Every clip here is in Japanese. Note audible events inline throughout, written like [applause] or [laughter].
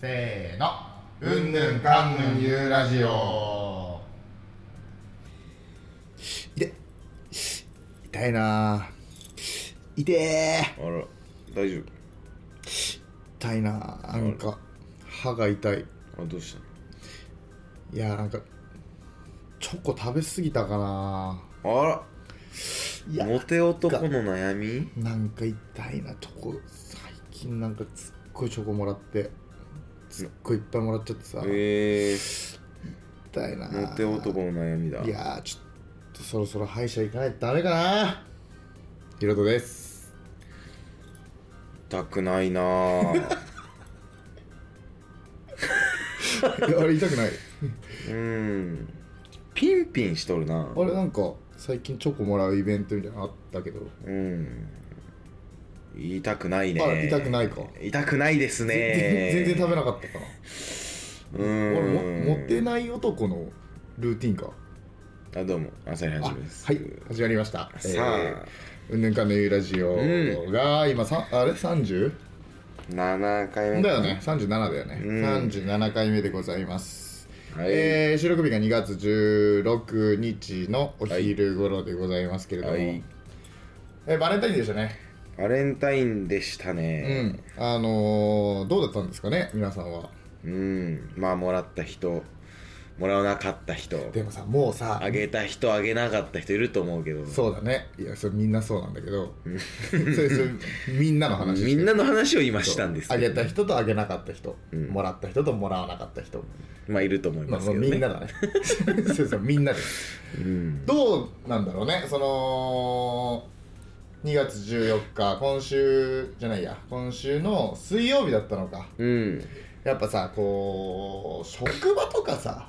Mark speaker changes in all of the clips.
Speaker 1: せーの
Speaker 2: うんぬんかんぬんゆうラジオ
Speaker 3: 痛いなぁ痛え
Speaker 4: あら大丈
Speaker 3: 痛いなぁなんか歯が痛い
Speaker 4: 夫あどうした
Speaker 3: い
Speaker 4: の
Speaker 3: やーなんかチョコ食べ過ぎたかな
Speaker 4: あ
Speaker 3: いや
Speaker 4: らモテ男の悩み
Speaker 3: なんか痛いなチョコ最近なんかすっごいチョコもらってすっごいいっぱいもらっちゃってさ、
Speaker 4: えー、
Speaker 3: 痛いなぁ
Speaker 4: モテ男の悩みだ
Speaker 3: いやーちょっとそろそろ歯医者行かないとダメかなひろとです
Speaker 4: 痛くない
Speaker 3: [laughs]
Speaker 4: なぁ
Speaker 3: いやあれ痛くないう
Speaker 4: ーんピンピンしとるな
Speaker 3: あれなんか最近チョコもらうイベントみたいなのあった
Speaker 4: [laughs]
Speaker 3: けど
Speaker 4: うん痛くないね
Speaker 3: あら痛くないか
Speaker 4: 痛くないですね
Speaker 3: 全然全然食べなかったかなあ
Speaker 4: う
Speaker 3: れ
Speaker 4: ーん
Speaker 3: もモテない男のルーティンか
Speaker 4: あどうも朝日は
Speaker 3: あ
Speaker 4: じめです
Speaker 3: はい始まりました
Speaker 4: さあ、
Speaker 3: えーうんぬんかんぬんゆうラジオが今さあれ 30?
Speaker 4: 7回目
Speaker 3: だよね37だよね、
Speaker 4: うん
Speaker 3: 37回目でございます、
Speaker 4: はい、
Speaker 3: えー収録日が2月16日のお昼頃でございますけれども、
Speaker 4: はい
Speaker 3: えーバレンタインでしたね
Speaker 4: バレンタインでした
Speaker 3: う
Speaker 4: ね
Speaker 3: んあのーどうだったんですかね皆さんは
Speaker 4: うん、まあもらった人もらわなかった人
Speaker 3: でもさもうさ
Speaker 4: あげた人あげなかった人いると思うけど
Speaker 3: そうだねいやそれみんなそうなんだけどそれそれみんなの話して
Speaker 4: み
Speaker 3: る
Speaker 4: んなの話を今したんです
Speaker 3: あ
Speaker 4: けど
Speaker 3: げた人とあげなかった人、
Speaker 4: うん
Speaker 3: もらった人ともらわなかった人、
Speaker 4: まあいると思い
Speaker 3: ま
Speaker 4: ま
Speaker 3: あ、
Speaker 4: すけどね、
Speaker 3: みんなだね
Speaker 4: [laughs]
Speaker 3: そうそうみんなです
Speaker 4: うん
Speaker 3: どうなんだろうねその2月14日今週じゃないや今週の水曜日だったのか
Speaker 4: うん
Speaker 3: やっぱさこう職場とかさ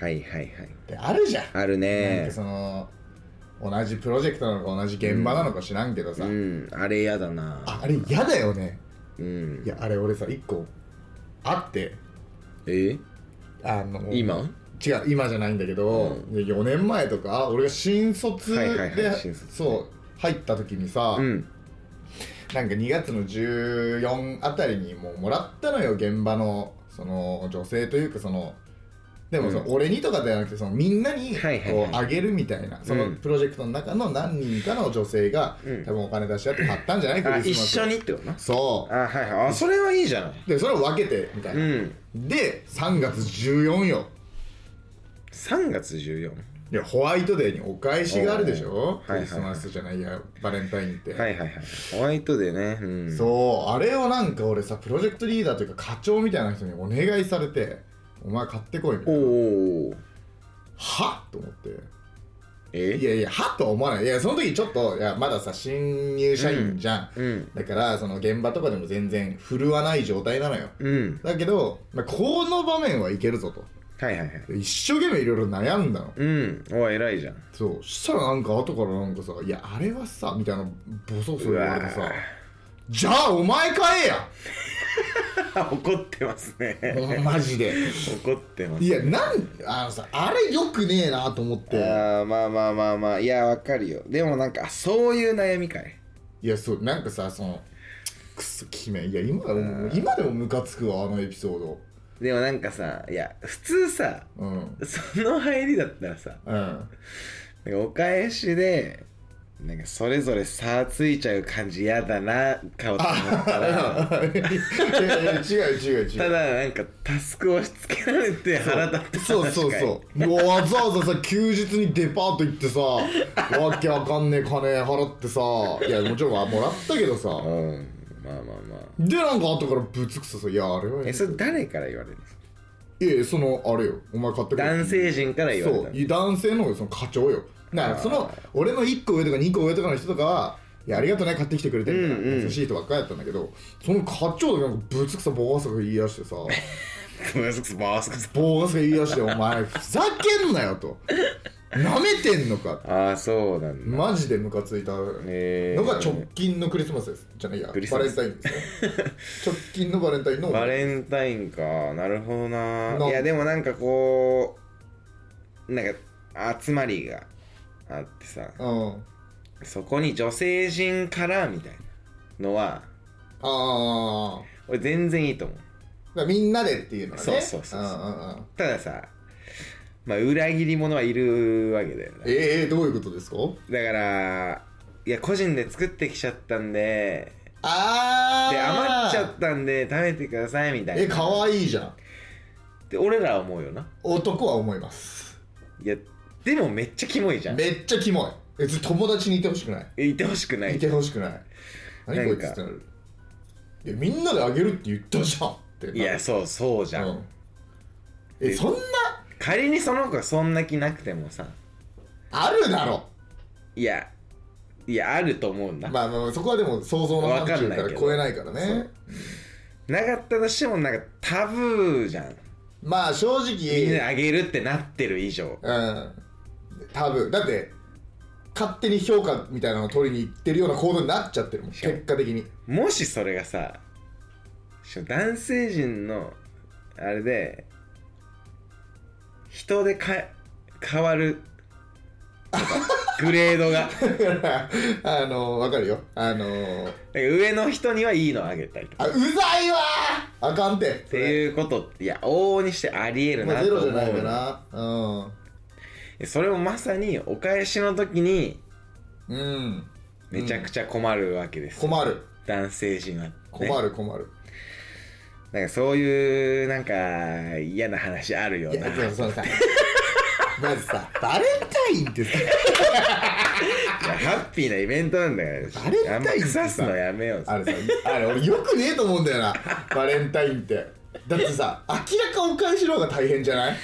Speaker 4: はいはいはい
Speaker 3: ってあるじゃん、
Speaker 4: ある
Speaker 3: なん
Speaker 4: ね
Speaker 3: かその同じプロジェクトなのか同じ現場なのか知らんけどさ、
Speaker 4: うんあれやだな
Speaker 3: ああれ嫌だよね
Speaker 4: うん
Speaker 3: いやあれ俺さ1個あって
Speaker 4: え
Speaker 3: あの
Speaker 4: 今
Speaker 3: 違う今じゃないんだけど、4年前とか俺が新卒で、
Speaker 4: はいはいはい新卒
Speaker 3: そう入った時にさ、
Speaker 4: うん
Speaker 3: なんか2月の14あたりにもうもらったのよ現場のその女性というかそのでもその、
Speaker 4: う
Speaker 3: 俺にとかではなくてそのみんなに
Speaker 4: はいはいは
Speaker 3: こ
Speaker 4: いう
Speaker 3: あげるみたいな、そうの
Speaker 4: ん
Speaker 3: プロジェクトの中の何人かの女性が、
Speaker 4: うん
Speaker 3: 多分お金出し合って買ったんじゃない
Speaker 4: あ
Speaker 3: クリ
Speaker 4: 一
Speaker 3: スマス
Speaker 4: 緒にってことな
Speaker 3: そ
Speaker 4: あはいはいあそれはいいじゃないう
Speaker 3: でそれを分けてみたいうな、
Speaker 4: ん
Speaker 3: で3月14よ
Speaker 4: 3月14
Speaker 3: いやホワイトデーにお返しがあるでしょ
Speaker 4: おー
Speaker 3: クリスマスじゃないやバレンタインって、
Speaker 4: はいはいはいホワイトデーねうん
Speaker 3: そうあれをなんか俺さプロジェクトリーダーというか課長みたいな人にお願いされてお前買ってこいみた
Speaker 4: お
Speaker 3: いな
Speaker 4: おー
Speaker 3: はっと思って
Speaker 4: え
Speaker 3: いやいやはっとは思わないいやその時ちょっといやまださ新入社員じゃん、
Speaker 4: うん
Speaker 3: だからその現場とかでも全然振るわない状態なのよ
Speaker 4: うん
Speaker 3: だけど、まあ、この場面はいけるぞと
Speaker 4: はいはいはい
Speaker 3: 一生懸命いろいろ悩んだの
Speaker 4: うんおい偉いじゃん [laughs]
Speaker 3: そうしたらなんか後からなんかさ「いやあれはさ」みたいなボソボソ言われて
Speaker 4: うわ
Speaker 3: さ
Speaker 4: ぁ
Speaker 3: 「じゃあお前買えや! [laughs]
Speaker 4: あ怒ってますね」 [laughs]
Speaker 3: マジで
Speaker 4: 怒ってます
Speaker 3: いやなんあのさあれよくねえなと思っ
Speaker 4: あ
Speaker 3: て
Speaker 4: ーまあまあまあまあいやわかるよでもなんかそういう悩みかい
Speaker 3: いやそうなんかさそのくそ決めいや今でも今でもムカつくわあのエピソード
Speaker 4: でもなんかさいや普通さ
Speaker 3: うん
Speaker 4: その入りだったらさ [laughs]
Speaker 3: うん
Speaker 4: なんかお返しでなんかそれぞれ差ついちゃう感じやだな顔と思ったら
Speaker 3: いやいや違う違う違
Speaker 4: [laughs] た
Speaker 3: う
Speaker 4: だなんかタスクを押し付けられて腹立った
Speaker 3: そうそうそううわわざわざさ休日にデパート行ってさわけわかんねえ金払ってさいやもちろんまあもらったけどさ
Speaker 4: ううんまあまあまあ
Speaker 3: でなんか後からぶつくささ「いやあれは
Speaker 4: えそれ誰から言われるんですか
Speaker 3: いやいやそのあれよお前買ってこい」
Speaker 4: 男性陣から言われた
Speaker 3: そ
Speaker 4: ん
Speaker 3: う
Speaker 4: です
Speaker 3: い男性のその課長よだからその俺の1個上とか2個上とかの人とかは「いやありがとうね買ってきてくれて」みたいな、
Speaker 4: うんうん
Speaker 3: 優しい人ばっかりやったんだけどその課長がなんかぶつくさボーガスが言い出してさ
Speaker 4: バースクスバースクス
Speaker 3: ボーガスが言い出して「お前ふざけんなよ」と「なめてんのか」
Speaker 4: ああそうなんだ
Speaker 3: マジでムカついたの
Speaker 4: え
Speaker 3: が直近のクリスマスですじゃないやバ
Speaker 4: ク
Speaker 3: レ
Speaker 4: リ
Speaker 3: ン
Speaker 4: スマス
Speaker 3: タインですよ
Speaker 4: [laughs]
Speaker 3: 直近のバレンタインの
Speaker 4: バレンタインかなるほどな
Speaker 3: ない
Speaker 4: やでもなんかこうなんか集まりがあってさ
Speaker 3: うん
Speaker 4: そこに女性陣からみたいなのは
Speaker 3: ああ
Speaker 4: 俺全然いいと思う
Speaker 3: からみんなでっていうのがね
Speaker 4: そうそうそうそうん
Speaker 3: んうん
Speaker 4: たださまあ裏切り者はいるわけだよね
Speaker 3: ええどういうことですか
Speaker 4: だからいや個人で作ってきちゃったんで
Speaker 3: ああ
Speaker 4: で余っちゃったんで食べてくださいみたいな
Speaker 3: え可愛いじゃん
Speaker 4: で俺らは思うよな
Speaker 3: 男は思います
Speaker 4: いやでもめっちゃキモいじゃん
Speaker 3: めっちゃキモい別に友達にいてほしくない
Speaker 4: いてほしくない
Speaker 3: いてほしくない何こいつってなるいやみんなであげるって言ったじゃんってなる
Speaker 4: いやそうそうじゃん、
Speaker 3: うんえそんな
Speaker 4: 仮にその子がそんな気なくてもさ
Speaker 3: あるだろ
Speaker 4: いやいやあると思うんだ、
Speaker 3: まあまあそこはでも想像の範疇から超えないから
Speaker 4: わかんない
Speaker 3: ね
Speaker 4: なかったとしてもなんかタブーじゃん
Speaker 3: まあ正
Speaker 4: みんな
Speaker 3: 直
Speaker 4: であげるってなってる以上
Speaker 3: うん多分だって勝手に評価みたいなのを取りに行ってるような行動になっちゃってるもん
Speaker 4: しかも
Speaker 3: 結果的に [laughs]
Speaker 4: もしそれがさしかも男性陣のあれで人でか変わる
Speaker 3: [laughs]
Speaker 4: とかグレードが
Speaker 3: だからあのわかるよあの
Speaker 4: だから上の人にはいいのあげたりとか
Speaker 3: あうざいわーあかんてっ
Speaker 4: っていうことっていや往々にしてありえる
Speaker 3: ま
Speaker 4: な
Speaker 3: あ、
Speaker 4: と
Speaker 3: ゼ
Speaker 4: 思
Speaker 3: ロじ
Speaker 4: う
Speaker 3: ゃないかな
Speaker 4: それもまさにお返しの時に
Speaker 3: うん、うん、
Speaker 4: めちゃくちゃ困るわけです、
Speaker 3: 困る
Speaker 4: 男性陣は、ね、
Speaker 3: 困る困る、
Speaker 4: なんかそういうなんか嫌な話あるよ
Speaker 3: い
Speaker 4: な
Speaker 3: やそうそうさまずさバレンタインってさ
Speaker 4: いやハッピーなイベントなんだから
Speaker 3: バレンタイン
Speaker 4: あんま腐すのやめよう
Speaker 3: あれさあれ俺よくねえと思うんだよなバレンタインってだってさ明らかお返しの方が大変じゃない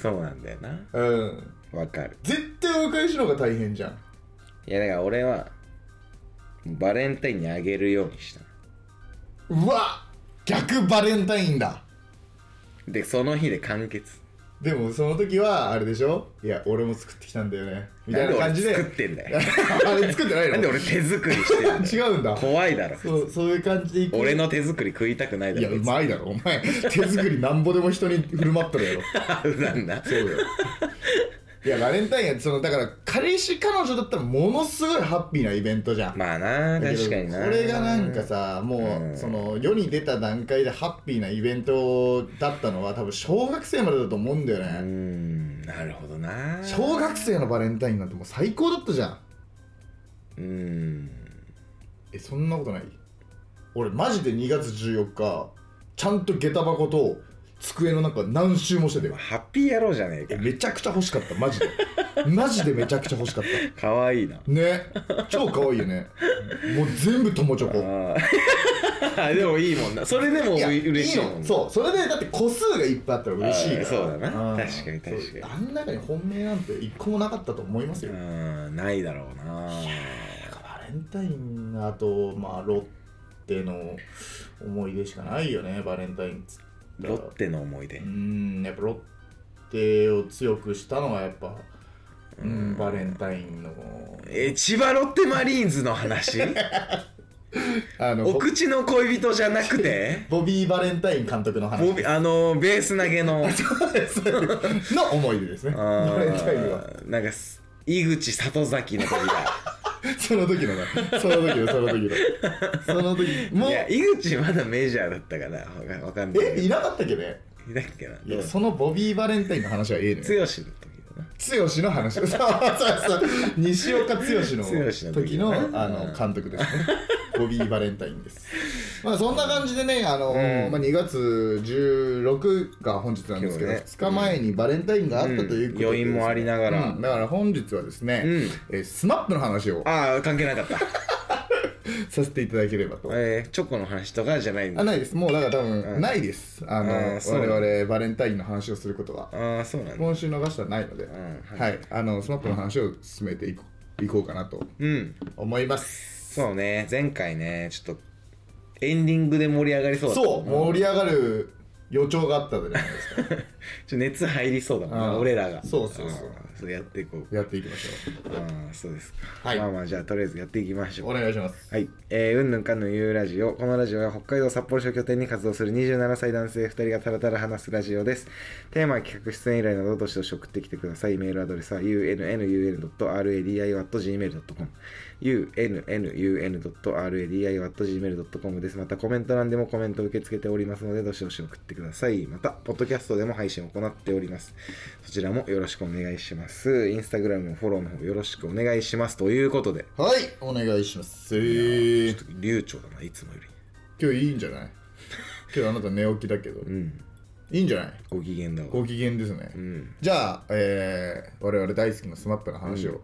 Speaker 4: そうなんだよな
Speaker 3: うん
Speaker 4: わかる
Speaker 3: 絶対お返しの方が大変じゃん
Speaker 4: いやだから俺はバレンタインにあげるようにした
Speaker 3: うわ逆バレンタインだ
Speaker 4: でその日で完結
Speaker 3: でもその時はあれでしょいや俺も作ってきたんだよねみたいな感じで
Speaker 4: なんで俺作ってんだよ
Speaker 3: あれ作ってないの
Speaker 4: なんで俺手作りして
Speaker 3: [laughs]
Speaker 4: るんだよ
Speaker 3: 違うんだ
Speaker 4: 怖いだろ
Speaker 3: そうそういう感じでいく
Speaker 4: 俺の手作り食いたくないだ
Speaker 3: いや
Speaker 4: ろ
Speaker 3: うまいだろお前手作りなんぼでも人に振る舞ったるやろ
Speaker 4: 別に [laughs] なんだ
Speaker 3: そうだよいやバレンタインはそのだから彼氏彼女だったらものすごいハッピーなイベントじゃん、
Speaker 4: まあな
Speaker 3: だけど
Speaker 4: 確かにな
Speaker 3: これがなんかさもう、
Speaker 4: うん
Speaker 3: その世に出た段階でハッピーなイベントだったのは多分小学生までだと思うんだよ
Speaker 4: うー
Speaker 3: ね、
Speaker 4: んなるほどな
Speaker 3: 小学生のバレンタインなんてもう最高だったじゃん
Speaker 4: うーん
Speaker 3: えそんなことない俺マジで2月14日ちゃんと下駄箱と机の中何周もして
Speaker 4: [laughs]
Speaker 3: たよ
Speaker 4: ハッピー野郎じゃねえ
Speaker 3: え
Speaker 4: か
Speaker 3: めちゃくちゃ欲しかったマジでマジでめちゃくちゃ欲しかった
Speaker 4: かわいいな
Speaker 3: ね超可愛いよねもう全部友チョコ
Speaker 4: あー [laughs] でもいいもんなそれでもう
Speaker 3: や
Speaker 4: 嬉しいもん
Speaker 3: の
Speaker 4: な
Speaker 3: そうそれでだって個数がいっぱいあったら嬉しいから
Speaker 4: あーそうだなん確かに確かに
Speaker 3: そうあん中に本命なんて一個もなかったと思います
Speaker 4: う
Speaker 3: よ
Speaker 4: ーんないだろうな
Speaker 3: バレンタインあとまあロッテの思い出しかないよねバレンタインっつったら
Speaker 4: ロッテの思い出
Speaker 3: うんやっぱロッテを強くしたのはやっぱ、うん、バレンタインの
Speaker 4: え千葉ロッテマリーンズの話 [laughs]
Speaker 3: あの
Speaker 4: お口の恋人じゃなく [laughs] て
Speaker 3: ボビー・バレンタイン監督の話
Speaker 4: ボビあのベース投げ [laughs]
Speaker 3: [laughs]
Speaker 4: の
Speaker 3: の思い出ですね。
Speaker 4: あー
Speaker 3: バレンタインは。
Speaker 4: なんかす井口里崎の時だ [laughs]
Speaker 3: その時のね。その時の、その時の。その時。もう
Speaker 4: い、や井口まだメジャーだったからわかわかんないけ
Speaker 3: え、
Speaker 4: ど
Speaker 3: いなかったっけね
Speaker 4: いたっけない
Speaker 3: や、そのボビー・バレンタインの話はええね
Speaker 4: 剛の時だな
Speaker 3: 剛の話。そうそうそう。西岡剛
Speaker 4: 剛
Speaker 3: の
Speaker 4: の
Speaker 3: 時
Speaker 4: 時
Speaker 3: の
Speaker 4: ね
Speaker 3: あの監督ですね。ボビー・バレンタインです。
Speaker 4: [laughs]
Speaker 3: まあそんな感じでね、あの
Speaker 4: うん
Speaker 3: まあ、2月16が本日なんですけど、
Speaker 4: 今日ね
Speaker 3: 2日前にバレンタインがあったということで、
Speaker 4: うん余韻もありながら
Speaker 3: うんだから本日はですね、
Speaker 4: うん
Speaker 3: えースマップの話を
Speaker 4: ああ関係なかった
Speaker 3: させていただければと。
Speaker 4: [laughs] えー、チョコの話とかじゃないんだ
Speaker 3: あないですもうだから多
Speaker 4: う
Speaker 3: 分
Speaker 4: ん
Speaker 3: ないです、あの
Speaker 4: うんそう
Speaker 3: 我々バレンタインの話をすることは
Speaker 4: ああそうなんだ
Speaker 3: 今週逃したらないので、
Speaker 4: ん
Speaker 3: はい、あのスマップの話を進めていこいこうかなと
Speaker 4: うん
Speaker 3: 思います
Speaker 4: そうね前回ねちょっとエンディングで盛り上がりそうだった
Speaker 3: そう盛り上がる予兆があったじゃないですか
Speaker 4: ちょ熱入りそうだもんな
Speaker 3: うん
Speaker 4: 俺らが
Speaker 3: そうそうそうん
Speaker 4: それやっていこう
Speaker 3: やっていきまし
Speaker 4: あーそうですか、
Speaker 3: はい
Speaker 4: まあまあじゃあとりあえずやっていきまし
Speaker 3: ょ
Speaker 4: ょ
Speaker 3: う
Speaker 4: [laughs] う
Speaker 3: お願いします
Speaker 4: はい、えー、うんぬんかんぬんゆうラジオこのラジオは北海道札幌市を拠点に活動する27歳男性2人がたらたら話すラジオですテーマ企画出演依頼などどしどし送ってきてくださいメールアドレスは unnun.radio.gmail.com unnun.radio.gmail.com ですまたコメント欄でもコメントを受け付けておりますのでどしどし送ってくださいまたポッドキャストでも配信を行っておりますそちらもよろしくお願いしますインスタグラムもフォローの方よろしくお願いしますということで
Speaker 3: はいお願いします
Speaker 4: ちょっと流暢だないつもより
Speaker 3: 今日いいんじゃない今日あなた寝起きだけど
Speaker 4: うん
Speaker 3: いいんじゃない
Speaker 4: ご機嫌だわ
Speaker 3: ご機嫌ですね、
Speaker 4: うん
Speaker 3: じゃあ、えー、我々大好きなスマップの話を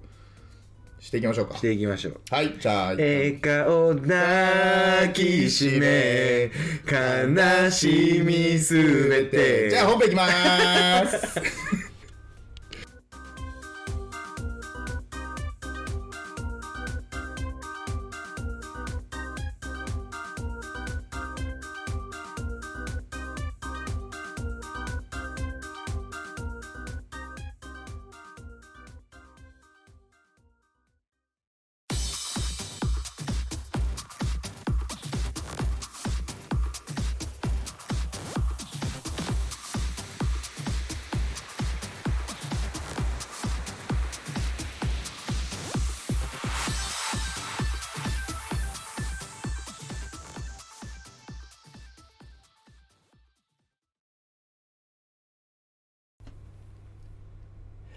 Speaker 3: していきましょうか、
Speaker 4: していきましょう
Speaker 3: はいじゃあ
Speaker 4: 笑顔抱きしめ悲しみすべて
Speaker 3: じゃあ本編いきまーす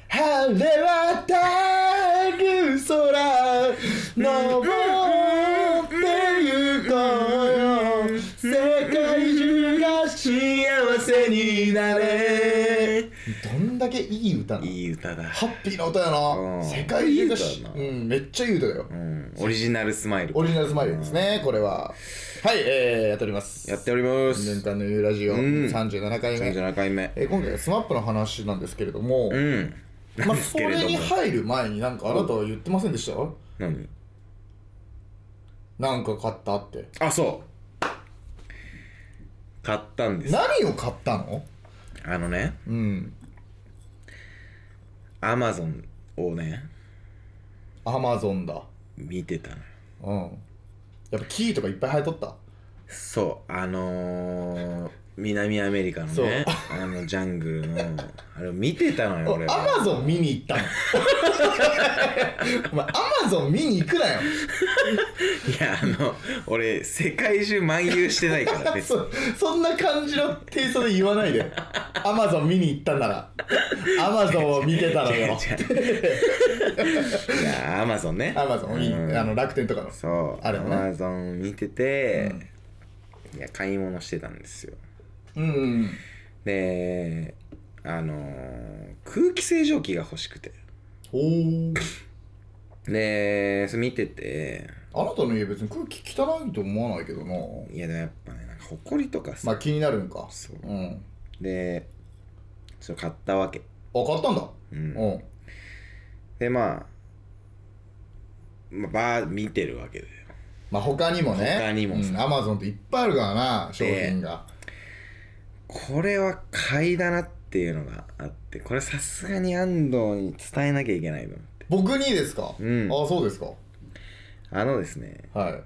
Speaker 3: 晴れ渡る空登ってゆこうよ世界中が幸せになれどんだけいい歌なの
Speaker 4: いい歌だ
Speaker 3: ハッピーな歌や
Speaker 4: う
Speaker 3: な。
Speaker 4: ん
Speaker 3: 世界中がし
Speaker 4: いい歌だ
Speaker 3: う、
Speaker 4: なん
Speaker 3: めっちゃいい歌だよ
Speaker 4: う。んオリジナルスマイル
Speaker 3: オリジナルスマイルですね、これは。はい、えー、やっております。
Speaker 4: やっておりま
Speaker 3: 年
Speaker 4: す
Speaker 3: 間のゆうラジオ
Speaker 4: うん
Speaker 3: 37回目。
Speaker 4: 37回目
Speaker 3: えー今回はスマップの話なんですけれども、
Speaker 4: うん
Speaker 3: まあ、
Speaker 4: です
Speaker 3: そ
Speaker 4: けれども
Speaker 3: れに入る前になんかあなたは言ってませんでした
Speaker 4: 何
Speaker 3: なんか買ったって。
Speaker 4: あそう買ったんです
Speaker 3: 何を買ったの
Speaker 4: あのね
Speaker 3: うん。
Speaker 4: アマゾンをね
Speaker 3: アマゾンだ。
Speaker 4: 見てたのよ
Speaker 3: うん。やっぱキーとかいっぱい入っとった。
Speaker 4: そうあのー、南アメリカの
Speaker 3: そう
Speaker 4: ねあのジャングルのあれを見てたの
Speaker 3: [laughs]
Speaker 4: よ俺は
Speaker 3: アマゾン見に行ったの。お前、アマゾン見に行くなよ。
Speaker 4: いやあの俺世界中漫遊してないか
Speaker 3: [laughs]
Speaker 4: ら別に
Speaker 3: そそんな感じのテイストで言わないでアマゾン見に行ったならアマゾンを見てたの
Speaker 4: 違う
Speaker 3: よ
Speaker 4: 違ういやアマゾンね
Speaker 3: アマゾンいい
Speaker 4: うん
Speaker 3: あの楽天とかの
Speaker 4: そう
Speaker 3: あれもね
Speaker 4: アマゾン見てて、いや買い物してたんですよ
Speaker 3: うんうん
Speaker 4: であのー空気清浄機が欲しくて
Speaker 3: ほうん
Speaker 4: でそれ見てて
Speaker 3: あなたの家別に空気汚いと思わないけどない
Speaker 4: やでもやっぱねなんか埃とか
Speaker 3: ま
Speaker 4: さ、
Speaker 3: あ気になるんか
Speaker 4: そう
Speaker 3: うん
Speaker 4: でそう買ったわけ、
Speaker 3: あ買ったんだ
Speaker 4: うん
Speaker 3: うん
Speaker 4: でまあまあバー見てるわけで
Speaker 3: まあ他にもね
Speaker 4: 他にもさ
Speaker 3: アマゾンっていっぱいあるからな商品が
Speaker 4: これは買いだなっていうのがあってこれさすがに安藤に伝えなきゃいけないと思って
Speaker 3: 僕にですかあ
Speaker 4: うん
Speaker 3: そうですか
Speaker 4: あのですね
Speaker 3: はい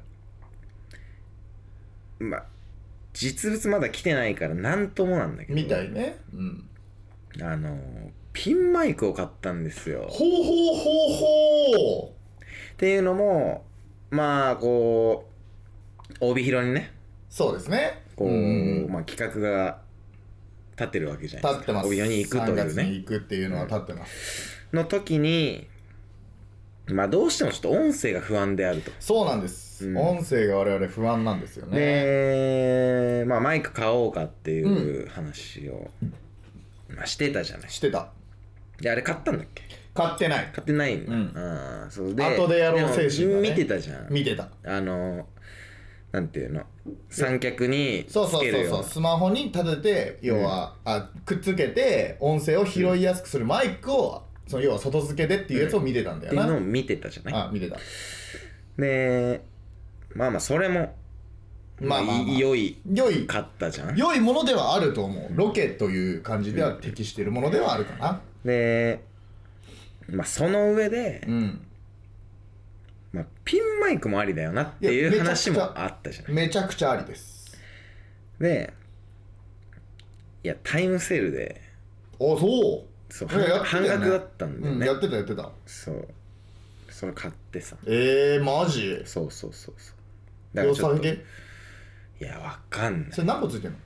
Speaker 4: まあ実物まだ来てないから何ともなんだけど
Speaker 3: みたいねうん
Speaker 4: あのピンマイクを買ったんです
Speaker 3: ほ
Speaker 4: よ
Speaker 3: うほうほうほう
Speaker 4: っていうのもまあこう帯広にね
Speaker 3: そうですね
Speaker 4: こう、
Speaker 3: んん
Speaker 4: まあ、企画が立ってるわけじゃない
Speaker 3: 立ってます
Speaker 4: 帯広に行くと
Speaker 3: 3
Speaker 4: い
Speaker 3: 月
Speaker 4: う
Speaker 3: に
Speaker 4: ね
Speaker 3: 行くっていうのは立ってます、
Speaker 4: の時にまあどうしてもちょっと音声が不安であると
Speaker 3: そうなんです、
Speaker 4: うん
Speaker 3: 音声が我々不安なんですよね
Speaker 4: で、まあ、マイク買おうかってい
Speaker 3: うん
Speaker 4: う話を、まあ、してたじゃない
Speaker 3: してた
Speaker 4: であれ買ったんだっけ
Speaker 3: 買ってない
Speaker 4: 買ってないんだ、
Speaker 3: うん
Speaker 4: あーそうで
Speaker 3: 後でやろう精神がね
Speaker 4: でも見てたじゃん
Speaker 3: 見てた
Speaker 4: あのなんていうの三脚につ
Speaker 3: そうそう
Speaker 4: け
Speaker 3: そう
Speaker 4: る
Speaker 3: そ
Speaker 4: よ
Speaker 3: うスマホに立てて要は、あくっつけて音声を拾いやすくするマイクを、その要は外付けでっていうやつを見てたんだよ
Speaker 4: うなっていう
Speaker 3: な、
Speaker 4: のを見てたじゃない
Speaker 3: あ見てた
Speaker 4: でまあまあそれもま
Speaker 3: ま
Speaker 4: あ
Speaker 3: あまあまあ
Speaker 4: 良い
Speaker 3: 良い
Speaker 4: かったじゃん
Speaker 3: 良いものではあると思うロケという感じでは適しているものではあるかな
Speaker 4: でまあその上で
Speaker 3: う、ん
Speaker 4: まあ、ピンマイクもありだよなって
Speaker 3: い
Speaker 4: い
Speaker 3: や
Speaker 4: う
Speaker 3: めちゃく
Speaker 4: 話
Speaker 3: ちゃ
Speaker 4: もあったじゃない
Speaker 3: めちゃくちゃありです
Speaker 4: でいやタイムセールで
Speaker 3: あそう
Speaker 4: そう
Speaker 3: なんかやってた
Speaker 4: 半
Speaker 3: よね
Speaker 4: 額だったんだよ
Speaker 3: うん
Speaker 4: ね、
Speaker 3: やってたやってた
Speaker 4: そうそれ買ってさ
Speaker 3: えー、マジ
Speaker 4: そうそうそうそうだから
Speaker 3: 量
Speaker 4: ちょっ
Speaker 3: 産
Speaker 4: とい
Speaker 3: 系
Speaker 4: やわかんない
Speaker 3: それ何個ついてんの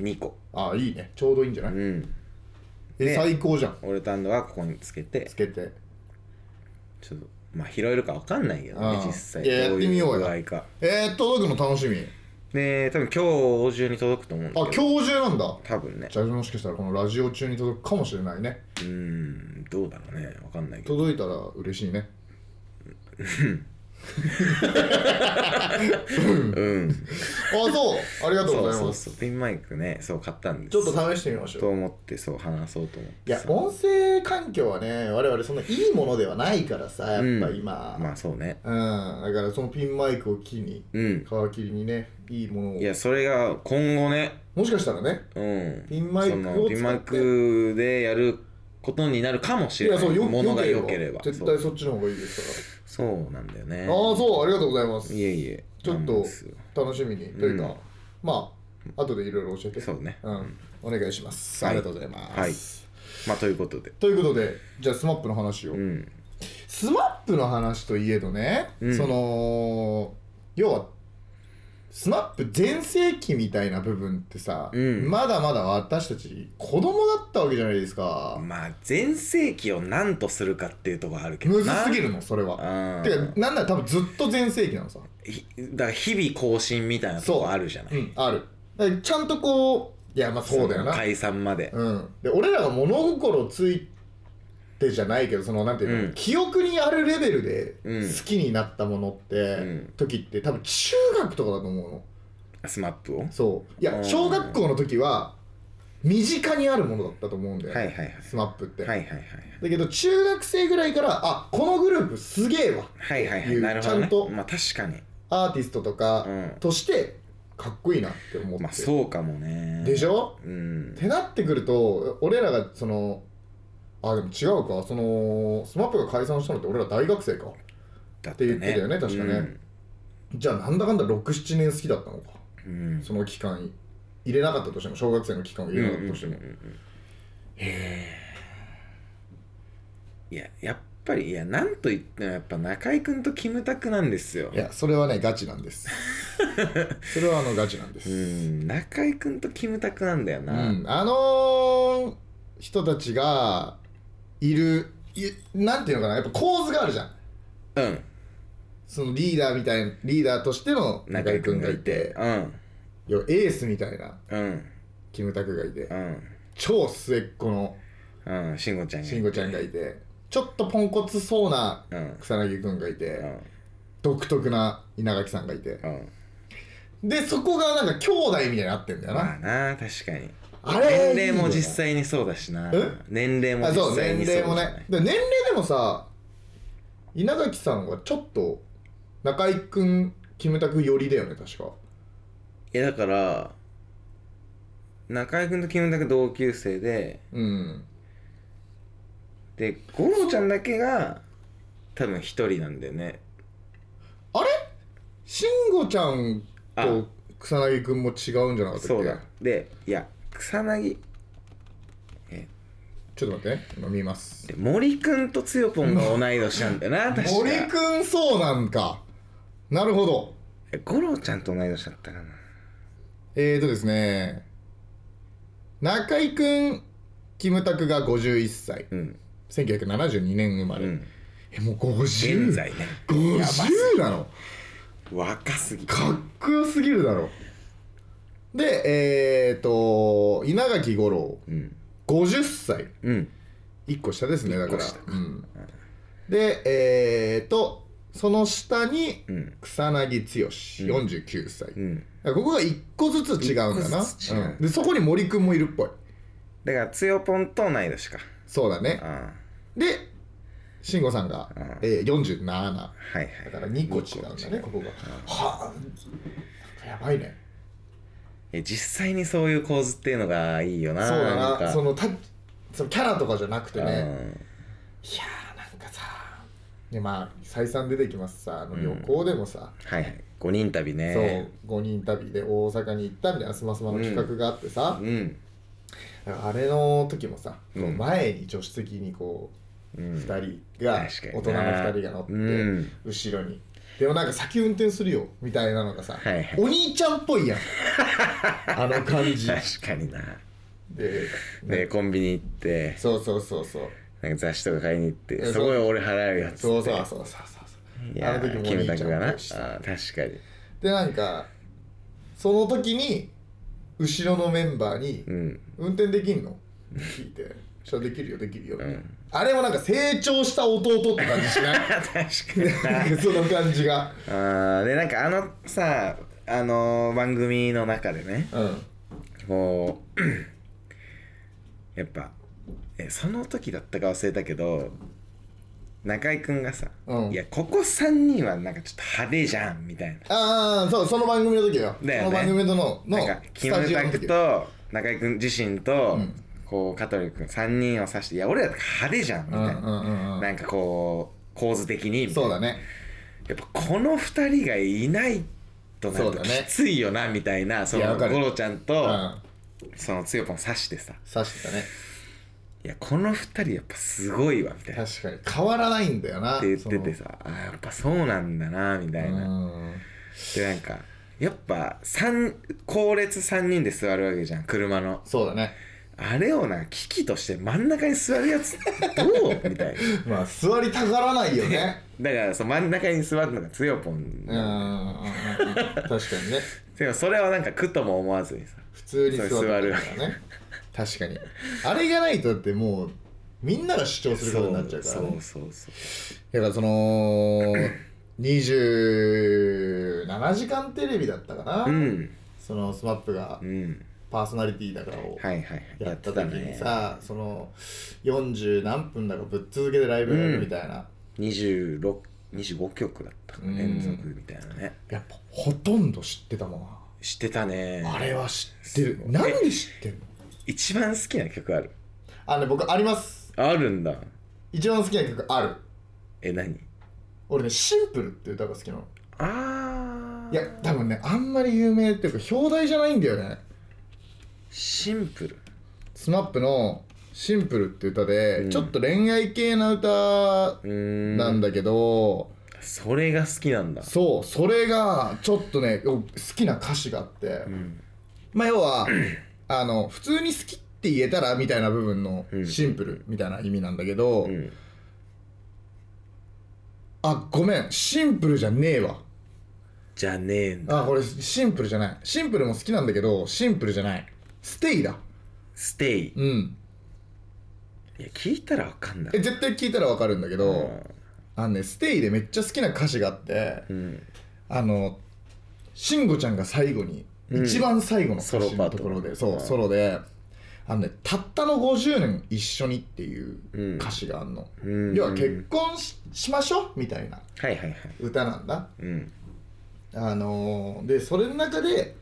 Speaker 4: 2個
Speaker 3: ああいいねちょうどいいんじゃ
Speaker 4: う
Speaker 3: ない、
Speaker 4: ん
Speaker 3: え
Speaker 4: ね
Speaker 3: 最高じゃん
Speaker 4: 俺とアンドはここにつけて
Speaker 3: つけて
Speaker 4: ちょっとまあ拾えるかわかんないけどね
Speaker 3: うん
Speaker 4: 実際
Speaker 3: いや
Speaker 4: ど
Speaker 3: や
Speaker 4: う
Speaker 3: ってみ
Speaker 4: い
Speaker 3: よう
Speaker 4: う
Speaker 3: よ
Speaker 4: 具合か
Speaker 3: えー、届くの楽しみ
Speaker 4: で多分今日中に届くと思うんだ
Speaker 3: あ
Speaker 4: けど
Speaker 3: 今日中なんだ
Speaker 4: 多分ね
Speaker 3: じゃあもしかしたらこのラジオ中に届くかもしれないね
Speaker 4: うーんどうだろうねわかんないけど
Speaker 3: 届いたら嬉しいね
Speaker 4: うん
Speaker 3: あそうありがとう
Speaker 4: そ
Speaker 3: ござい
Speaker 4: うそ
Speaker 3: ま
Speaker 4: う
Speaker 3: す
Speaker 4: そうピンマイクねそう買ったんです
Speaker 3: ちょっと試してみましょう
Speaker 4: と思ってそう話そうと思って
Speaker 3: いや
Speaker 4: さ
Speaker 3: 音声環境はね我々そんないいものではないからさやっぱ今、
Speaker 4: まあそうね
Speaker 3: うんだからそのピンマイクを機に
Speaker 4: うん
Speaker 3: 皮切りにねいいものを
Speaker 4: いやそれが今後ね
Speaker 3: もしかしたらね
Speaker 4: うん
Speaker 3: ピンマイクを使って
Speaker 4: そのピンマイクでやることになるかもし
Speaker 3: い
Speaker 4: れな
Speaker 3: や
Speaker 4: い
Speaker 3: そうよ
Speaker 4: ものが良
Speaker 3: 良
Speaker 4: ければ
Speaker 3: 絶
Speaker 4: そ
Speaker 3: 対
Speaker 4: う
Speaker 3: そっちの方がいいです
Speaker 4: そうなんだよね
Speaker 3: から、ああそうありがとうございます
Speaker 4: いえいえ
Speaker 3: ちょっ
Speaker 4: なん
Speaker 3: と
Speaker 4: ですよ
Speaker 3: 楽しみに、という
Speaker 4: うん
Speaker 3: かまあ後でいろいろ教えて
Speaker 4: そうね
Speaker 3: うん、お願いします、
Speaker 4: は
Speaker 3: あ
Speaker 4: い
Speaker 3: りがとうございます、
Speaker 4: はいまあということで
Speaker 3: ということでじゃあスマップの話を、
Speaker 4: うん
Speaker 3: スマップの話といえどね、
Speaker 4: うん
Speaker 3: その要はスマップ全盛期みたいな部分ってさ、
Speaker 4: うん
Speaker 3: まだまだ私たち子供だったわけじゃないですか、
Speaker 4: まあ全盛期を何とするかっていうところあるけど
Speaker 3: むず
Speaker 4: な
Speaker 3: すぎるのそれは
Speaker 4: あ
Speaker 3: てかなんなら多分ずっと全盛期なのさ、
Speaker 4: ひだから日々更新みたいなとこあるじゃない
Speaker 3: うんあるだからちゃんとこういやまあそうだよ
Speaker 4: の
Speaker 3: な
Speaker 4: 解散まで
Speaker 3: うん、で俺らが物心ついてじゃないけどそのなんていうの、
Speaker 4: うん
Speaker 3: 記憶にあるレベルで
Speaker 4: うん
Speaker 3: 好きになったものって、
Speaker 4: ん
Speaker 3: 時って多分中学とかだと思うの
Speaker 4: スマップをは
Speaker 3: そういうや
Speaker 4: ん
Speaker 3: 小学校の時は身近にあるものだったと思うんだよ、
Speaker 4: いはいはい
Speaker 3: スマップって、
Speaker 4: はいはいはい
Speaker 3: だけど中学生ぐらいからあこのグループすげえわ
Speaker 4: はいはいはい
Speaker 3: いう
Speaker 4: なるほど、ね、
Speaker 3: ちゃんと
Speaker 4: まあ確かに
Speaker 3: アーティストと
Speaker 4: う
Speaker 3: か
Speaker 4: ん
Speaker 3: としてかっこいいなって思って、
Speaker 4: まあそうかもね
Speaker 3: でしょ
Speaker 4: うん
Speaker 3: ってなってくると俺らがそのあでも違うかその SMAP が解散したのって俺ら大学生か
Speaker 4: だっ
Speaker 3: って言ってたよね確かねじゃあなんだかんだ67年好きだったのか
Speaker 4: うん、うん
Speaker 3: その期間入れなかったとしても小学生の期間を入れなかったとしても、
Speaker 4: うんうんうんうんいややっぱりいやなんと言ってもやっぱ中居君とキムタクなんですよ
Speaker 3: いやそれはねガチなんです
Speaker 4: [laughs]
Speaker 3: それはあのガチなんで
Speaker 4: う
Speaker 3: す、
Speaker 4: ん中居君とキムタクなんだよな、
Speaker 3: うんあの人たちがいるいなんていうのかなやっぱ構図があるじゃん
Speaker 4: うん
Speaker 3: そのリーダーみたいなリーダーとしての中
Speaker 4: 中
Speaker 3: 居君
Speaker 4: 居君
Speaker 3: が
Speaker 4: が
Speaker 3: い
Speaker 4: いて
Speaker 3: て
Speaker 4: うん
Speaker 3: 要はエースみたいな
Speaker 4: うん
Speaker 3: キムタクがいて
Speaker 4: うん
Speaker 3: 超末っ子の
Speaker 4: うん慎吾ちゃんがいて
Speaker 3: 慎吾ちゃんがいてちょっとポンコツそうな
Speaker 4: うん
Speaker 3: 草薙くんがいて、
Speaker 4: うん
Speaker 3: 独特な稲垣さんがいて
Speaker 4: うん
Speaker 3: でそこがなんか兄弟みたいになってんだよ
Speaker 4: まあ
Speaker 3: な、
Speaker 4: な確かに
Speaker 3: あれ
Speaker 4: 年齢も
Speaker 3: 際
Speaker 4: 実際にそうだしな
Speaker 3: え
Speaker 4: 年齢も
Speaker 3: あそう
Speaker 4: 実際
Speaker 3: 年
Speaker 4: にそう
Speaker 3: 齢
Speaker 4: じゃ
Speaker 3: も
Speaker 4: ない
Speaker 3: ねで年齢でもさ稲垣さんはちょっと中居くんキムタク寄りだよね確か
Speaker 4: いやだから中居君とキムタク同級生で
Speaker 3: うん
Speaker 4: で五郎ちゃんだけが多分一人なんだよね
Speaker 3: あれ慎吾ちゃん
Speaker 4: あ
Speaker 3: と草薙くんも違うんじゃなかったっけ
Speaker 4: そうだでいや草薙
Speaker 3: ちょっと待ってね今見ます
Speaker 4: で森君とつよぽんが同い年なんだよな確か
Speaker 3: 森くんそうなんかなるほど
Speaker 4: え五郎ちゃんと同い年だったかな
Speaker 3: えーとですね中居くんキムタクが51歳
Speaker 4: うん
Speaker 3: 1972年生まれ、
Speaker 4: うん
Speaker 3: えもう50
Speaker 4: 現在ねやばす
Speaker 3: 50なの
Speaker 4: 若すぎ
Speaker 3: かっこよすぎるだろでえーと稲垣吾郎
Speaker 4: うん
Speaker 3: 50歳
Speaker 4: うん
Speaker 3: 1個下ですねだか
Speaker 4: 一個
Speaker 3: ら
Speaker 4: 下か
Speaker 3: うんでえーとその下に
Speaker 4: うん
Speaker 3: 草薙剛49歳、
Speaker 4: うん
Speaker 3: だからここが1個ずつ違うんだな
Speaker 4: 一個ずつ違う
Speaker 3: うんでそこに森くんもいるっぽい
Speaker 4: だからつよぽんと同い年か
Speaker 3: そうだね
Speaker 4: ああ
Speaker 3: で慎吾さんが
Speaker 4: うん、
Speaker 3: えー、47だ
Speaker 4: はいはい
Speaker 3: から2個違うんだねここがはあや
Speaker 5: やばいね
Speaker 4: え実際にそういう構図っていうのがいいよな
Speaker 3: そうだ
Speaker 4: なん
Speaker 3: な
Speaker 4: か
Speaker 3: そのたそのキャラとかじゃなくてね、
Speaker 4: う
Speaker 3: いや
Speaker 4: ん
Speaker 3: ーなんかさでまあ再三出てきますさあの旅行でもさ、
Speaker 4: はいはい5人旅ね
Speaker 3: そう5人旅で大阪に行ったみたいなスマスマの企画があってさ、
Speaker 4: うん
Speaker 3: あれの時もさ、こう
Speaker 4: うん
Speaker 3: 前に助手席にこう、
Speaker 4: うん
Speaker 3: 2人が大
Speaker 4: 確かに
Speaker 3: 人
Speaker 4: な
Speaker 3: の2人が乗って、
Speaker 4: うん
Speaker 3: 後ろにでもなんか先運転するよみたいなのがさ、
Speaker 4: はいはい
Speaker 3: お兄ちゃんっぽ [laughs] いやんあの感じで、
Speaker 4: 確かにな
Speaker 3: ね
Speaker 4: でコンビニ行って
Speaker 3: そうそうそうそう
Speaker 4: なんか雑誌とか買いに行って
Speaker 3: そう
Speaker 4: すごい俺払うやつって
Speaker 3: そうそうそうそうそう
Speaker 4: いや
Speaker 3: あの時
Speaker 4: ー
Speaker 3: も
Speaker 4: キムタクがな
Speaker 3: お
Speaker 4: あ
Speaker 3: 兄ちゃん
Speaker 4: ー確かに
Speaker 3: でなんかその時に後ろのメンバーに
Speaker 4: うん
Speaker 3: [laughs] 「運転できんの?」聞い
Speaker 4: [laughs]
Speaker 3: て「それできるよできるよ」
Speaker 4: ん
Speaker 3: あれもなんか成長した弟って感じしない
Speaker 4: 確かに
Speaker 3: なんかその感じが
Speaker 4: [laughs] あーでなんかあのさあのー番組の中でね
Speaker 3: うん
Speaker 4: こう [clears throat] やっぱえその時だったか忘れたけど中居君がさ、
Speaker 3: うん
Speaker 4: いやここ3人はなんかちょっと派手じゃん」みたいな
Speaker 3: ああそうその番組の時よ
Speaker 4: だよ
Speaker 3: そ
Speaker 4: ね
Speaker 3: の番組のの
Speaker 4: なん
Speaker 3: の
Speaker 4: か
Speaker 3: ス
Speaker 4: キ
Speaker 3: タ
Speaker 4: ム
Speaker 3: ジオ
Speaker 4: タ
Speaker 3: の時
Speaker 4: クと中居君自身と、
Speaker 3: うん
Speaker 4: こう香取君3人を指して「いや俺ら派手じゃん」み
Speaker 3: う
Speaker 4: た
Speaker 3: ん
Speaker 4: いうな、
Speaker 3: んうんう
Speaker 4: なんかこう構図的に
Speaker 3: ん
Speaker 4: みたい
Speaker 3: そ
Speaker 4: な
Speaker 3: うだね
Speaker 4: やっぱこの2人がいないとな
Speaker 3: そ
Speaker 4: る
Speaker 3: うだ
Speaker 4: と
Speaker 3: ね
Speaker 4: きついよなみたいなそ
Speaker 3: いやわ
Speaker 4: の
Speaker 3: かる
Speaker 4: ゴロちゃん
Speaker 3: う
Speaker 4: と
Speaker 3: ん
Speaker 4: そのつよぽん刺してさ
Speaker 3: 刺してたね
Speaker 4: 「いやこの2人やっぱすごいわ」みたいなっ
Speaker 3: 確かに変わらないんだよな
Speaker 4: て言っててさあーやっぱそうなんだなみた
Speaker 3: そ
Speaker 4: い
Speaker 3: の
Speaker 4: な
Speaker 3: うん
Speaker 4: でなんかやっぱ三後列3人で座るわけじゃん車の
Speaker 3: そうだね
Speaker 4: あれをな危機として真ん中に座るやつどうみたいな
Speaker 3: まあ座りたがらないよね
Speaker 4: だからその真ん中に座るのがつよぽん
Speaker 3: うんうんうんうん確かにね
Speaker 4: でもそれはなんか苦とも思わずにさ
Speaker 3: 普通に座ってたからね
Speaker 4: そう座
Speaker 3: 確かにあれがないとだってもうみんなが主張することになっちゃうからね
Speaker 4: そうそうそう
Speaker 3: だからその27時間テレビだったかな、
Speaker 4: うん
Speaker 3: そのスマップが
Speaker 4: うん
Speaker 3: パーソナリティだからを
Speaker 4: はいはいはい
Speaker 3: やった時にさ、その40何分だかぶっ続けてライブやるみたいな、
Speaker 4: 26 25曲だったか
Speaker 3: うん
Speaker 4: な連続みたいなね
Speaker 3: やっぱほとんど知ってたもんな、
Speaker 4: 知ってたね
Speaker 3: あれは知ってる
Speaker 4: すごい
Speaker 3: なんで知ってんの
Speaker 4: 一番好きな曲ある
Speaker 3: あのね僕あります
Speaker 4: あるんだ
Speaker 3: 一番好きな曲ある
Speaker 4: え何
Speaker 3: 俺ねシンプルって歌が好きなの
Speaker 4: あー
Speaker 3: いや多分ねあんまり有名っていうか表題じゃないんだよね
Speaker 4: シンプル
Speaker 3: スマップの「シンプル」って歌で、
Speaker 4: うん
Speaker 3: ちょっと恋愛系な歌
Speaker 4: うーん
Speaker 3: なんだけど、
Speaker 4: それが好きなんだ
Speaker 3: そうそれがちょっとねお好きな歌詞があって、
Speaker 4: うん
Speaker 3: まあ要はあの普通に好きって言えたらみたいな部分の
Speaker 4: うん
Speaker 3: シンプルみたいな意味なんだけど、
Speaker 4: うん
Speaker 3: あごめんシンプルじゃねえわ
Speaker 4: じゃねえんだ
Speaker 3: あこれシンプルじゃないシンプルも好きなんだけどシンプルじゃないステイだ
Speaker 4: ステイ
Speaker 3: うん
Speaker 4: いや聞いたらわかんない
Speaker 3: え絶対聞いたらわかるんだけど、
Speaker 4: う
Speaker 3: あのねステイでめっちゃ好きな歌詞があって
Speaker 4: ん
Speaker 3: あの慎吾ちゃんが最後に、
Speaker 4: うん
Speaker 3: 一番最後の歌詞のところで
Speaker 4: ソロ
Speaker 3: そ
Speaker 4: パート
Speaker 3: うソロであのね「たったの50年一緒に」っていう歌詞があんの、
Speaker 4: うん
Speaker 3: 要は結婚ししましょうみたいな
Speaker 4: はいはいはい
Speaker 3: 歌なんだ
Speaker 4: うん
Speaker 3: あのーでそれの中で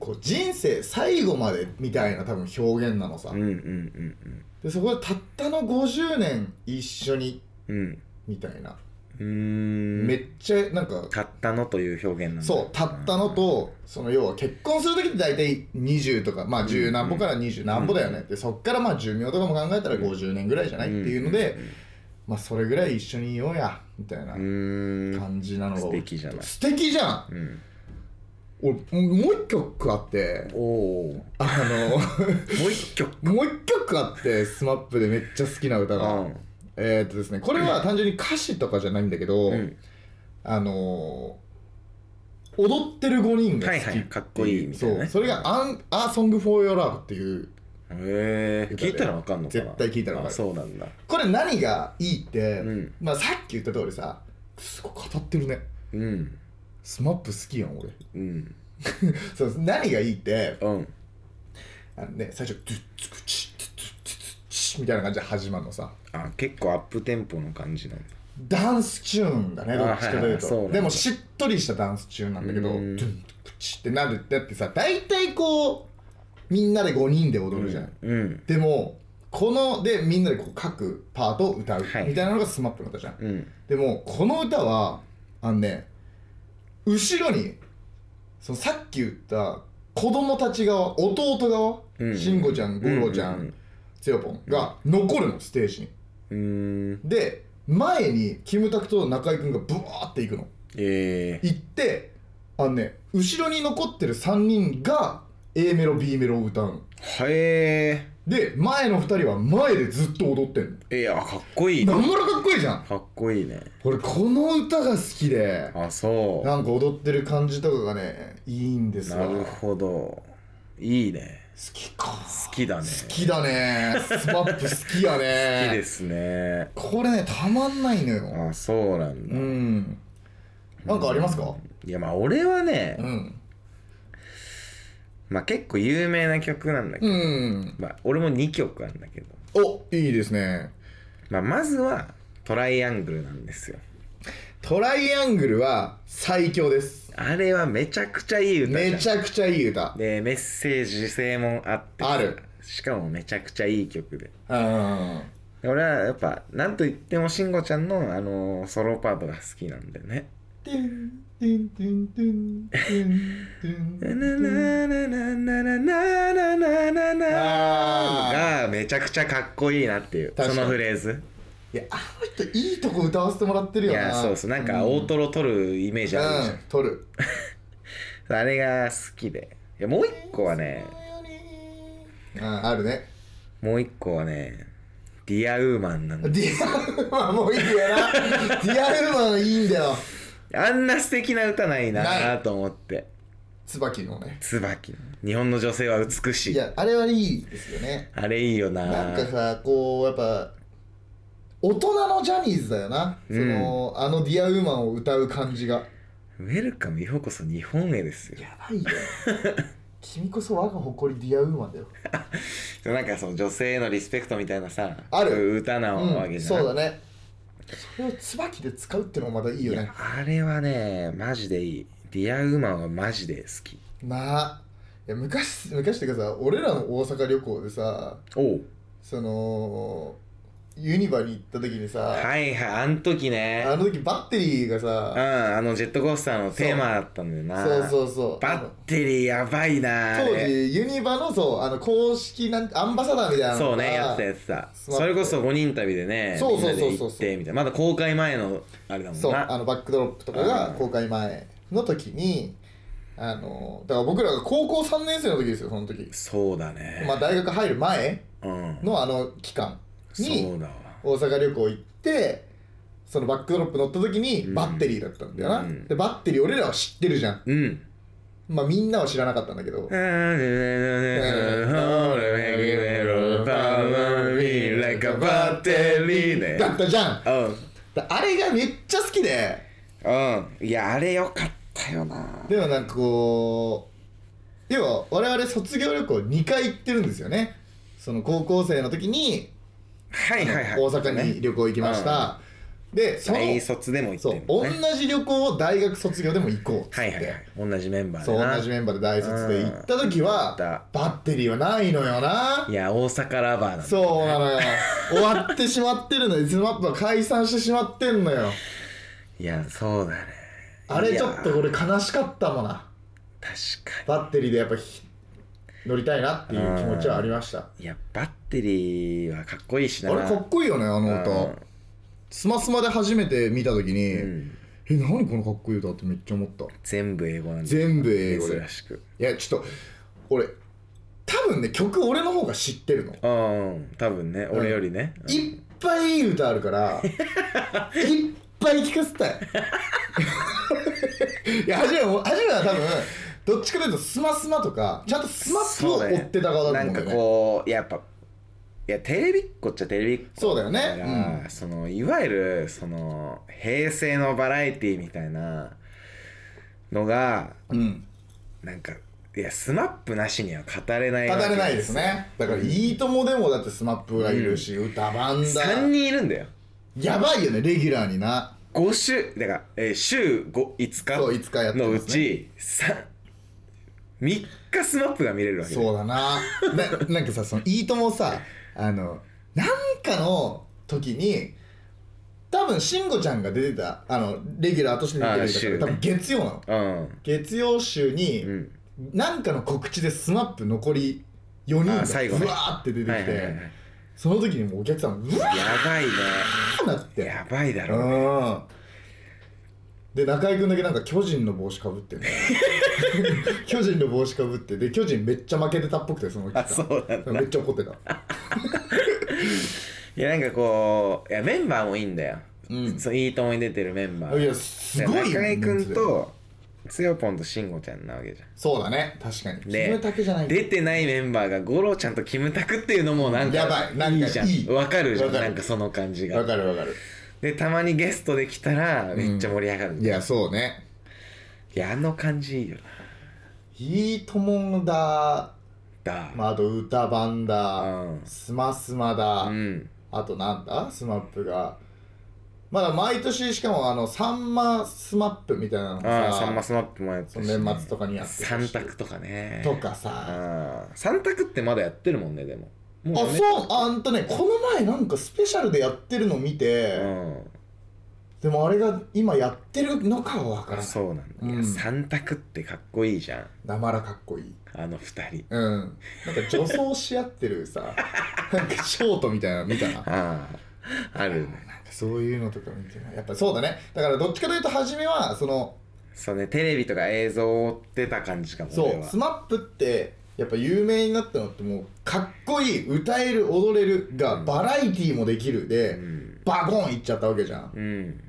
Speaker 3: こう人生最後までみたいな多分表現なのさ、
Speaker 4: うんうんうん
Speaker 3: でそこで「たったの50年一緒に
Speaker 4: うんうん」
Speaker 3: みたいな、
Speaker 4: うーん
Speaker 3: めっちゃなんか
Speaker 4: たったのという表現なんだ
Speaker 3: そうたったのとその要は結婚する時って大体20とかまあ10何歩から20何歩だよねってそっからまあ寿命とかも考えたら50年ぐらいじゃないっていうのでまあそれぐらい一緒にいようやみたいな
Speaker 4: うーん
Speaker 3: 感じなのが
Speaker 4: 素敵じゃない
Speaker 3: 素敵じゃん
Speaker 4: うん
Speaker 3: 俺もう一曲あって
Speaker 4: おおも
Speaker 3: あの
Speaker 4: う一曲
Speaker 3: もう一曲あってスマップでめっちゃ好きな歌
Speaker 4: う
Speaker 3: が
Speaker 4: ん
Speaker 3: えーっとですねこれは単純に歌詞とかじゃないんだけど
Speaker 4: うん
Speaker 3: あのー踊ってる5人が好き
Speaker 4: はいはいかっこいいみたいなね
Speaker 3: そうそれがアン「アーソング・フォー・ヨー・ラブ」っていう
Speaker 4: へえ聞いたらわかんのかな
Speaker 3: 絶対聞いたらわかる
Speaker 4: あそうなんだ
Speaker 3: これ何がいいって、
Speaker 4: うん
Speaker 3: まあ、さっき言った通りさすごい語ってるね
Speaker 4: うん
Speaker 3: スマップ好きやん俺
Speaker 4: うん
Speaker 3: そう何がいいって
Speaker 4: うん
Speaker 3: あの、ね、最初「ドゥッツクチッドゥッツクチッ」みたいな感じで始まるのさ
Speaker 4: あ結構アップテンポの感じなんだ
Speaker 3: ダンスチューンだねどっちかという
Speaker 4: あはいはいそうな
Speaker 3: と
Speaker 4: んだ
Speaker 3: でもしっとりしたダンスチューンなんだけど
Speaker 4: う
Speaker 3: ド
Speaker 4: ん
Speaker 3: ゥンドゥクチチってなるってだってさ大体こうみんなで5人で踊るじゃん、
Speaker 4: うん
Speaker 3: でもこのでみんなでこう各パートを歌うみ
Speaker 4: は
Speaker 3: た
Speaker 4: い
Speaker 3: いなのがスマップの歌じゃん、
Speaker 4: うん
Speaker 3: でもこの歌はあのね後ろにそのさっき言った子供たち側弟側、
Speaker 4: うん
Speaker 3: 慎吾ちゃん五郎ちゃ
Speaker 4: うんうん
Speaker 3: んつよぽんが残るのステージに
Speaker 4: うーん
Speaker 3: で前にキムタクと中居君がブワーって行くの
Speaker 4: ええ
Speaker 3: 行ってあのね後ろに残ってる3人が A メロ B メロを歌うの
Speaker 4: はえ
Speaker 3: で前の2人は前でずっと踊ってん
Speaker 4: ー、えー、あかっこいい
Speaker 3: の
Speaker 4: か
Speaker 3: なんもらかっこいいじゃん
Speaker 4: っこいいね
Speaker 3: 俺この歌が好きで
Speaker 4: あそう
Speaker 3: なんか踊ってる感じとかがねいいんです
Speaker 4: な
Speaker 3: わ
Speaker 4: る
Speaker 3: 好
Speaker 4: ほどいいね
Speaker 3: きか
Speaker 4: 好きだね
Speaker 3: 好きだねスマップ好きやね
Speaker 4: 好きですね
Speaker 3: これねたまんないのよ
Speaker 4: あそうなん
Speaker 3: う
Speaker 4: だ、
Speaker 3: んなんかありますか
Speaker 4: いやまあ俺はね、
Speaker 3: うん
Speaker 4: まあ結構有名な曲なんだけど、
Speaker 3: うん
Speaker 4: まあ俺も2曲あるんだけど、
Speaker 3: おいいですね
Speaker 4: まあ、まずはトライアングルなんですよ
Speaker 3: トライアングルは最強です
Speaker 4: あれはめちゃくちゃいい歌じゃん
Speaker 3: めちゃくちゃいい歌
Speaker 4: でメッセージ性もあって
Speaker 3: ある
Speaker 4: しかもめちゃくちゃいい曲で
Speaker 3: うん
Speaker 4: で俺はやっぱなんといっても慎吾ちゃんのあのソロパートが好きなんだよね
Speaker 3: トゥントゥントゥントゥントゥントゥント
Speaker 4: な
Speaker 3: ゥン
Speaker 4: なななななななな
Speaker 3: あー
Speaker 4: ながめちゃくちゃかっこいいなっていう
Speaker 3: 確かに
Speaker 4: そのフレーズ
Speaker 3: いやあの人いいとこ歌わせてもらってる
Speaker 4: い
Speaker 3: よない
Speaker 4: やそうそうなんか大トロ取るイメージあるじゃん
Speaker 3: うん、取る
Speaker 4: あれが好きでいやもう一個はね
Speaker 3: うんあるね
Speaker 4: もう一個はねディアウーマンなんだ
Speaker 3: ディアルマンもいいよなディアルマンいいんだよ
Speaker 4: あんな素敵な歌ない
Speaker 3: な
Speaker 4: なと思って
Speaker 3: 椿のね
Speaker 4: 椿の日本の女性は美し
Speaker 3: い
Speaker 4: い
Speaker 3: やあれはいいですよね
Speaker 4: あれいいよな
Speaker 3: なんかさこうやっぱ大人のジャニーズだよな、
Speaker 4: うん
Speaker 3: そのあのディアウーマンを歌う感じが
Speaker 4: ウェルカムようこそ日本へですよ
Speaker 3: やばいよ [laughs] 君こそ我が誇りディアウーマンだよ
Speaker 4: なんかその女性へのリスペクトみたいなさ
Speaker 3: ある
Speaker 4: 歌なわ
Speaker 3: う
Speaker 4: け
Speaker 3: ん、
Speaker 4: じゃん、
Speaker 3: そうだねそれを椿で使うってのもまたいいよね
Speaker 4: あれはねマジでいいディアウーマンはマジで好き
Speaker 3: なあいや昔昔っていうかさ俺らの大阪旅行でさ
Speaker 4: おう
Speaker 3: そのユニバに行った時にさ、
Speaker 4: はいはいあん時ね
Speaker 3: あの時バッテリーが
Speaker 4: うん、
Speaker 3: さ
Speaker 4: あのジェットコースターのテーマだったんだよな
Speaker 3: そうそうそう
Speaker 4: バッテリーやばいなあ
Speaker 3: 当
Speaker 4: れ
Speaker 3: 時ユニバのそうあの公式なんアンバサダーみたいなのが
Speaker 4: そうねやってたやってた
Speaker 3: スマップ
Speaker 4: それこそ5人旅でね
Speaker 3: そうそうそうそう
Speaker 4: みんなで行ってみたいなまだ公開前のあれだもん
Speaker 3: そう
Speaker 4: な
Speaker 3: あのバックドロップとか
Speaker 4: う
Speaker 3: が
Speaker 4: ん
Speaker 3: 公開前の時にあのだから僕らが高校3年生の時ですよその時、
Speaker 4: そうだね、
Speaker 3: まあ、大学入る前
Speaker 4: うん
Speaker 3: のあの期間
Speaker 4: そ
Speaker 3: に
Speaker 4: うだわ
Speaker 3: 大阪旅行行ってそのバックドロップ乗った時に
Speaker 4: うん
Speaker 3: バッテリーだったんだよな、
Speaker 4: うん
Speaker 3: でバッテリー俺らは知ってるじゃん
Speaker 4: うん
Speaker 3: まあみんなは知らなかったんだけどだったじゃんだあれがめっちゃ好きで
Speaker 4: うんうんいやあれよかったよな
Speaker 3: でもなんかこう要は我々卒業旅行2回行ってるんですよねその高校生の時に
Speaker 4: はいはいはい
Speaker 3: 大阪に旅行行きました、でその
Speaker 4: 大卒でも行っ
Speaker 3: そう
Speaker 4: て
Speaker 3: 同
Speaker 4: んね
Speaker 3: じ旅行を大学卒業でも行こうっつって、
Speaker 4: はいはいはい同じメンバー
Speaker 3: そ
Speaker 4: で
Speaker 3: う
Speaker 4: な
Speaker 3: 同じメンバーで大卒で行った時は
Speaker 4: うん行
Speaker 3: バッテリーはないのよない
Speaker 4: や大阪ラバーなんだ
Speaker 3: そうなの
Speaker 4: [laughs]
Speaker 3: よ終わってしまってるのよ SMAP は解散してしまってんのよ
Speaker 4: いやそうだね
Speaker 3: あれちょっと俺悲しかったもんな
Speaker 4: 確か
Speaker 3: バッテリーでやっぱひ乗りたいなっていう気持ちはありました
Speaker 4: にいやバッテリーはかっこいいし
Speaker 3: あ
Speaker 4: な
Speaker 3: れかっこいいよねあの
Speaker 4: う
Speaker 3: 歌
Speaker 4: ん
Speaker 3: スマスマで初めて見た時に、
Speaker 4: うん
Speaker 3: え何このかっこいい歌ってめっちゃ思った
Speaker 4: 全部英語なんだ
Speaker 3: 全部英語で
Speaker 4: 珍しく
Speaker 3: いやちょっと俺多分ね曲俺の方が知ってるの
Speaker 4: うん多分ね俺よりねうん
Speaker 3: いっぱいいい歌あるから [laughs] いっぱい [laughs] 聴かせたいいや初めは初めは多分どっちかというとスマスマとかちゃんとスマップを追ってた側だと思うんだよ
Speaker 4: なんか
Speaker 3: ね
Speaker 4: こうやっぱいやテレビっ子っちゃテレビっ子
Speaker 3: そうだよね
Speaker 4: だから、
Speaker 3: うん
Speaker 4: そのいわゆるその平成のバラエティみたいなのが
Speaker 3: うん
Speaker 4: なんかいやスマップなしには語れない
Speaker 3: 語
Speaker 4: わけ
Speaker 3: れないですねだから「いいとも」でもだってスマップがいるし、歌番だ
Speaker 4: 3人いるんだよ
Speaker 3: やばいよねレギュラーにな
Speaker 4: 5週だから、えー週 5, 5日
Speaker 3: そう5日やって
Speaker 4: の
Speaker 3: ま
Speaker 4: う
Speaker 3: すね
Speaker 4: ち、三3日スマップが見れるわけだよ
Speaker 3: そうだなななんかさその「いいともさ」あのなんかの時に多分慎吾ちゃんが出てたあのレギュラーとして出て
Speaker 4: あ
Speaker 3: る
Speaker 4: ー週ね
Speaker 3: 多分月曜なの
Speaker 4: うん
Speaker 3: 月曜週に、
Speaker 4: うん
Speaker 3: なんかの告知で SMAP 残り4人
Speaker 4: あ
Speaker 3: が
Speaker 4: ー最後
Speaker 3: ふ
Speaker 4: ね
Speaker 3: わーって出て
Speaker 4: は
Speaker 3: き
Speaker 4: いはいはいはい
Speaker 3: てその時にもうお客さんうわ
Speaker 4: やばいね
Speaker 3: ーなって
Speaker 4: やばいだろうね
Speaker 3: うんで中居君だけなんか巨人の帽子かぶ
Speaker 4: [laughs]
Speaker 3: ってね巨人の帽子かぶってで巨人めっちゃ負けてたっぽくてその期
Speaker 4: あ
Speaker 3: 間
Speaker 4: そうなんだ
Speaker 3: めっちゃ怒ってた
Speaker 4: いやなんかこういやメンバーもいいんだよ、
Speaker 3: うん
Speaker 4: そういいともに出てるメンバー
Speaker 3: いやすごいよ
Speaker 4: 中居
Speaker 3: 人
Speaker 4: 君
Speaker 3: 数
Speaker 4: とつよぽんと慎吾ちゃんなわけじゃん
Speaker 3: そうだね確かに
Speaker 4: で
Speaker 3: キムタクじゃない
Speaker 4: 出てないメンバーが五郎ちゃんとキムタクっていうのもなんか
Speaker 3: やばいなんか
Speaker 4: じゃん
Speaker 3: いい
Speaker 4: わかるじゃん
Speaker 3: わかる
Speaker 4: なんかその感じ
Speaker 3: わ
Speaker 4: が
Speaker 3: かるわかる
Speaker 4: でたまにゲストで来たらめっちゃ盛り上がる、
Speaker 3: い
Speaker 4: い
Speaker 3: やそうね
Speaker 4: やあの感じいいよな
Speaker 3: いいともんだ
Speaker 4: だ、
Speaker 3: まあ、あと歌版だ、
Speaker 4: うん
Speaker 3: スマスマだ、
Speaker 4: うん
Speaker 3: あとなんだスマップがまだ毎年しかもあのサンマスマップみたいなの
Speaker 4: ああ
Speaker 3: が
Speaker 4: サンマ
Speaker 3: さ
Speaker 4: スマップもやって
Speaker 3: そ
Speaker 4: る
Speaker 3: の年末とかにやって
Speaker 4: 三
Speaker 3: るし
Speaker 4: 択とかね
Speaker 3: とかさ
Speaker 4: ああ三択ってまだやってるもんねでも
Speaker 3: あ
Speaker 4: も
Speaker 3: そうあんとねこの前なんかスペシャルでやってるの見て、
Speaker 4: うん
Speaker 3: でもあれが今やってるのかは分からない
Speaker 4: そうなんだ、いや
Speaker 3: うん
Speaker 4: 三択ってかっこいいじゃん
Speaker 3: なまらかっこいい
Speaker 4: あの二人
Speaker 3: うんなんか女装し合ってる
Speaker 4: [laughs]
Speaker 3: さなんかショートみたいなの見たな
Speaker 4: あああるね
Speaker 3: そういうのとか見てないやっぱそうだねだからどっちかというと初めはその
Speaker 4: そうねテレビとか映像を追ってた感じかも
Speaker 3: そ
Speaker 4: 俺
Speaker 3: う
Speaker 4: は
Speaker 3: スマップってやっぱ有名になったのってもうかっこいい歌える踊れるがバラエティーもできるで、
Speaker 4: うん、
Speaker 3: バコーンいっちゃったわけじゃん
Speaker 4: うん、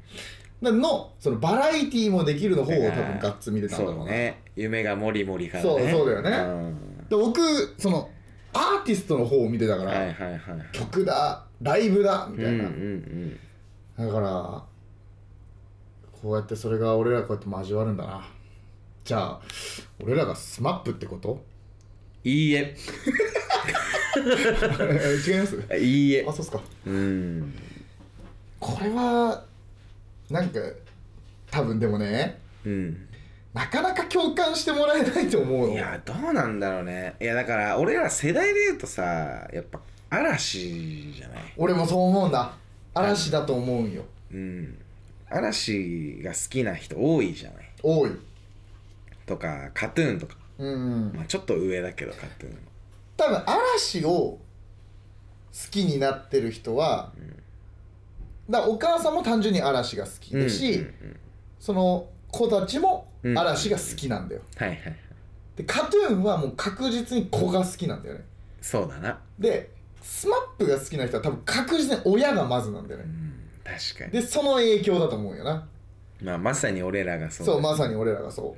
Speaker 3: なのそのバラエティーもできるの方を多分ガッツ見てたんだ
Speaker 4: そ
Speaker 3: ろう
Speaker 4: う
Speaker 3: な
Speaker 4: ね夢がもりもりからね
Speaker 3: そうそうだよ
Speaker 4: ね、
Speaker 3: で僕そのアーティストの方を見てたか
Speaker 4: うん
Speaker 3: ら、
Speaker 4: はいはいはい
Speaker 3: 曲だライブだみ
Speaker 4: うん
Speaker 3: たい
Speaker 4: うんう
Speaker 3: な、
Speaker 4: ん
Speaker 3: だからこうやってそれが俺らこうやって交わるんだなじゃあ俺らがスマップってこと [laughs]
Speaker 4: いいえ
Speaker 3: 違います
Speaker 4: いいえ
Speaker 3: あそうっすか
Speaker 4: うん
Speaker 3: これはなんか多分でもね
Speaker 4: うん
Speaker 3: なかなか共感してもらえないと思うの
Speaker 4: いやどうなんだろうねいやだから俺ら世代で言うとさやっぱ嵐じゃない
Speaker 3: 俺もそう思うんだ嵐だと思うんよ
Speaker 4: うん嵐が好きな人多いじゃない
Speaker 3: 多い
Speaker 4: とかカトゥーンとか、
Speaker 3: うんうん
Speaker 4: まあ、ちょっと上だけどカトゥーン
Speaker 3: 多分嵐を好きになってる人は、だからお母さんも単純に嵐が好きだし、
Speaker 4: うんうんうん
Speaker 3: その子たちも
Speaker 4: うん
Speaker 3: 嵐が好きなんだよ、
Speaker 4: はいはいはい
Speaker 3: でカトゥーンはもう確実に子が好きなんだよね
Speaker 4: そうだな
Speaker 3: でスマップが好きな人は多分確実に親がまずなんだよね
Speaker 4: うん確かに
Speaker 3: でその影響だと思うよな
Speaker 4: まあまさに俺らがそ
Speaker 3: そうう
Speaker 4: だ
Speaker 3: まさに俺らがそ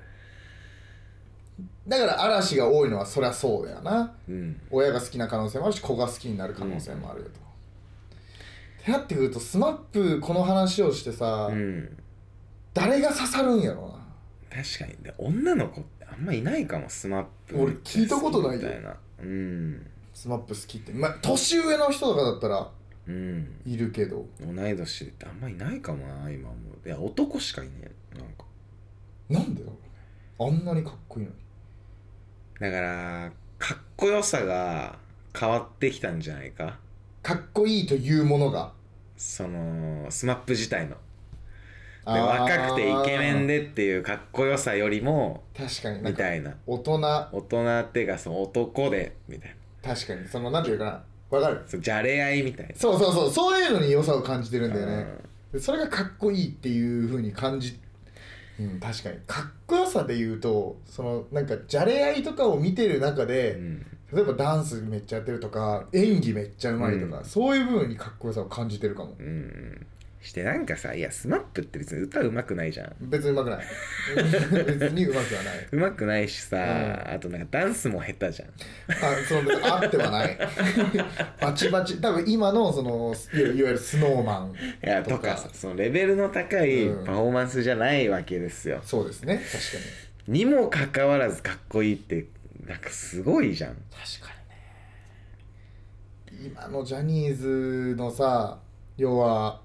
Speaker 3: うだから嵐が多いのはそりゃそうだよな
Speaker 4: うん
Speaker 3: 親が好きな可能性もあるし子が好きになる可能性もあるよと、ってなってくるとスマップこの話をしてさ、
Speaker 4: うん
Speaker 3: 誰が刺さるんやろ
Speaker 4: 確かにで女の子ってあんまいないかもスマップ
Speaker 3: 俺聞いたことないよ
Speaker 4: みたいなうん
Speaker 3: うなスマップ好きってまあ年上の人とかだったら
Speaker 4: うん
Speaker 3: いるけど
Speaker 4: 同い年ってあんまいないかもな今思ういや男しかいねえなんか
Speaker 3: なんでだろうねあんなにかっこいいのに
Speaker 4: だからかっこよさが変わってきたんじゃないか
Speaker 3: かっこいいというものが
Speaker 4: そのスマップ自体ので
Speaker 3: あー
Speaker 4: 若くてイケメンでっていうかっこよさよりも
Speaker 3: 確かにな
Speaker 4: み
Speaker 3: んか
Speaker 4: たいな
Speaker 3: 大人
Speaker 4: 大人っていうかその男でみたいな
Speaker 3: 確かにそのなんていうかなわかる
Speaker 4: そうじゃれ合いみたいな
Speaker 3: そうそうそうそういうのに良さを感じてるんだよね
Speaker 4: う
Speaker 3: で
Speaker 4: ん
Speaker 3: それがかっこいいっていう風に感じうん確かにかっこよさで言うとそのなんかじゃれ合いとかを見てる中で、
Speaker 4: うん
Speaker 3: 例えばダンスめっちゃやってるとか演技めっちゃうまいとか、
Speaker 4: うん
Speaker 3: そういう部分にかっこよさを感じてるかも
Speaker 4: うんしてなんかさいやスマップって別に歌うまくないじゃん
Speaker 3: 別にうまくない
Speaker 4: [laughs]
Speaker 3: 別にうまくはないう
Speaker 4: まくないしさ、
Speaker 3: うん
Speaker 4: あとなんかダンスも下手じゃん
Speaker 3: あそのあってはない
Speaker 4: [laughs]
Speaker 3: バチバチ多分今のそのいわいわゆるスノーマン
Speaker 4: いやと
Speaker 3: [laughs] とか
Speaker 4: かそのレベルの高い
Speaker 3: うん
Speaker 4: パフォーマンスじゃないわけですよ、
Speaker 3: そうですね確かに
Speaker 4: にもかかわらずかっこいいってなんかすごいじゃん
Speaker 3: 確かにね今のジャニーズのさ要は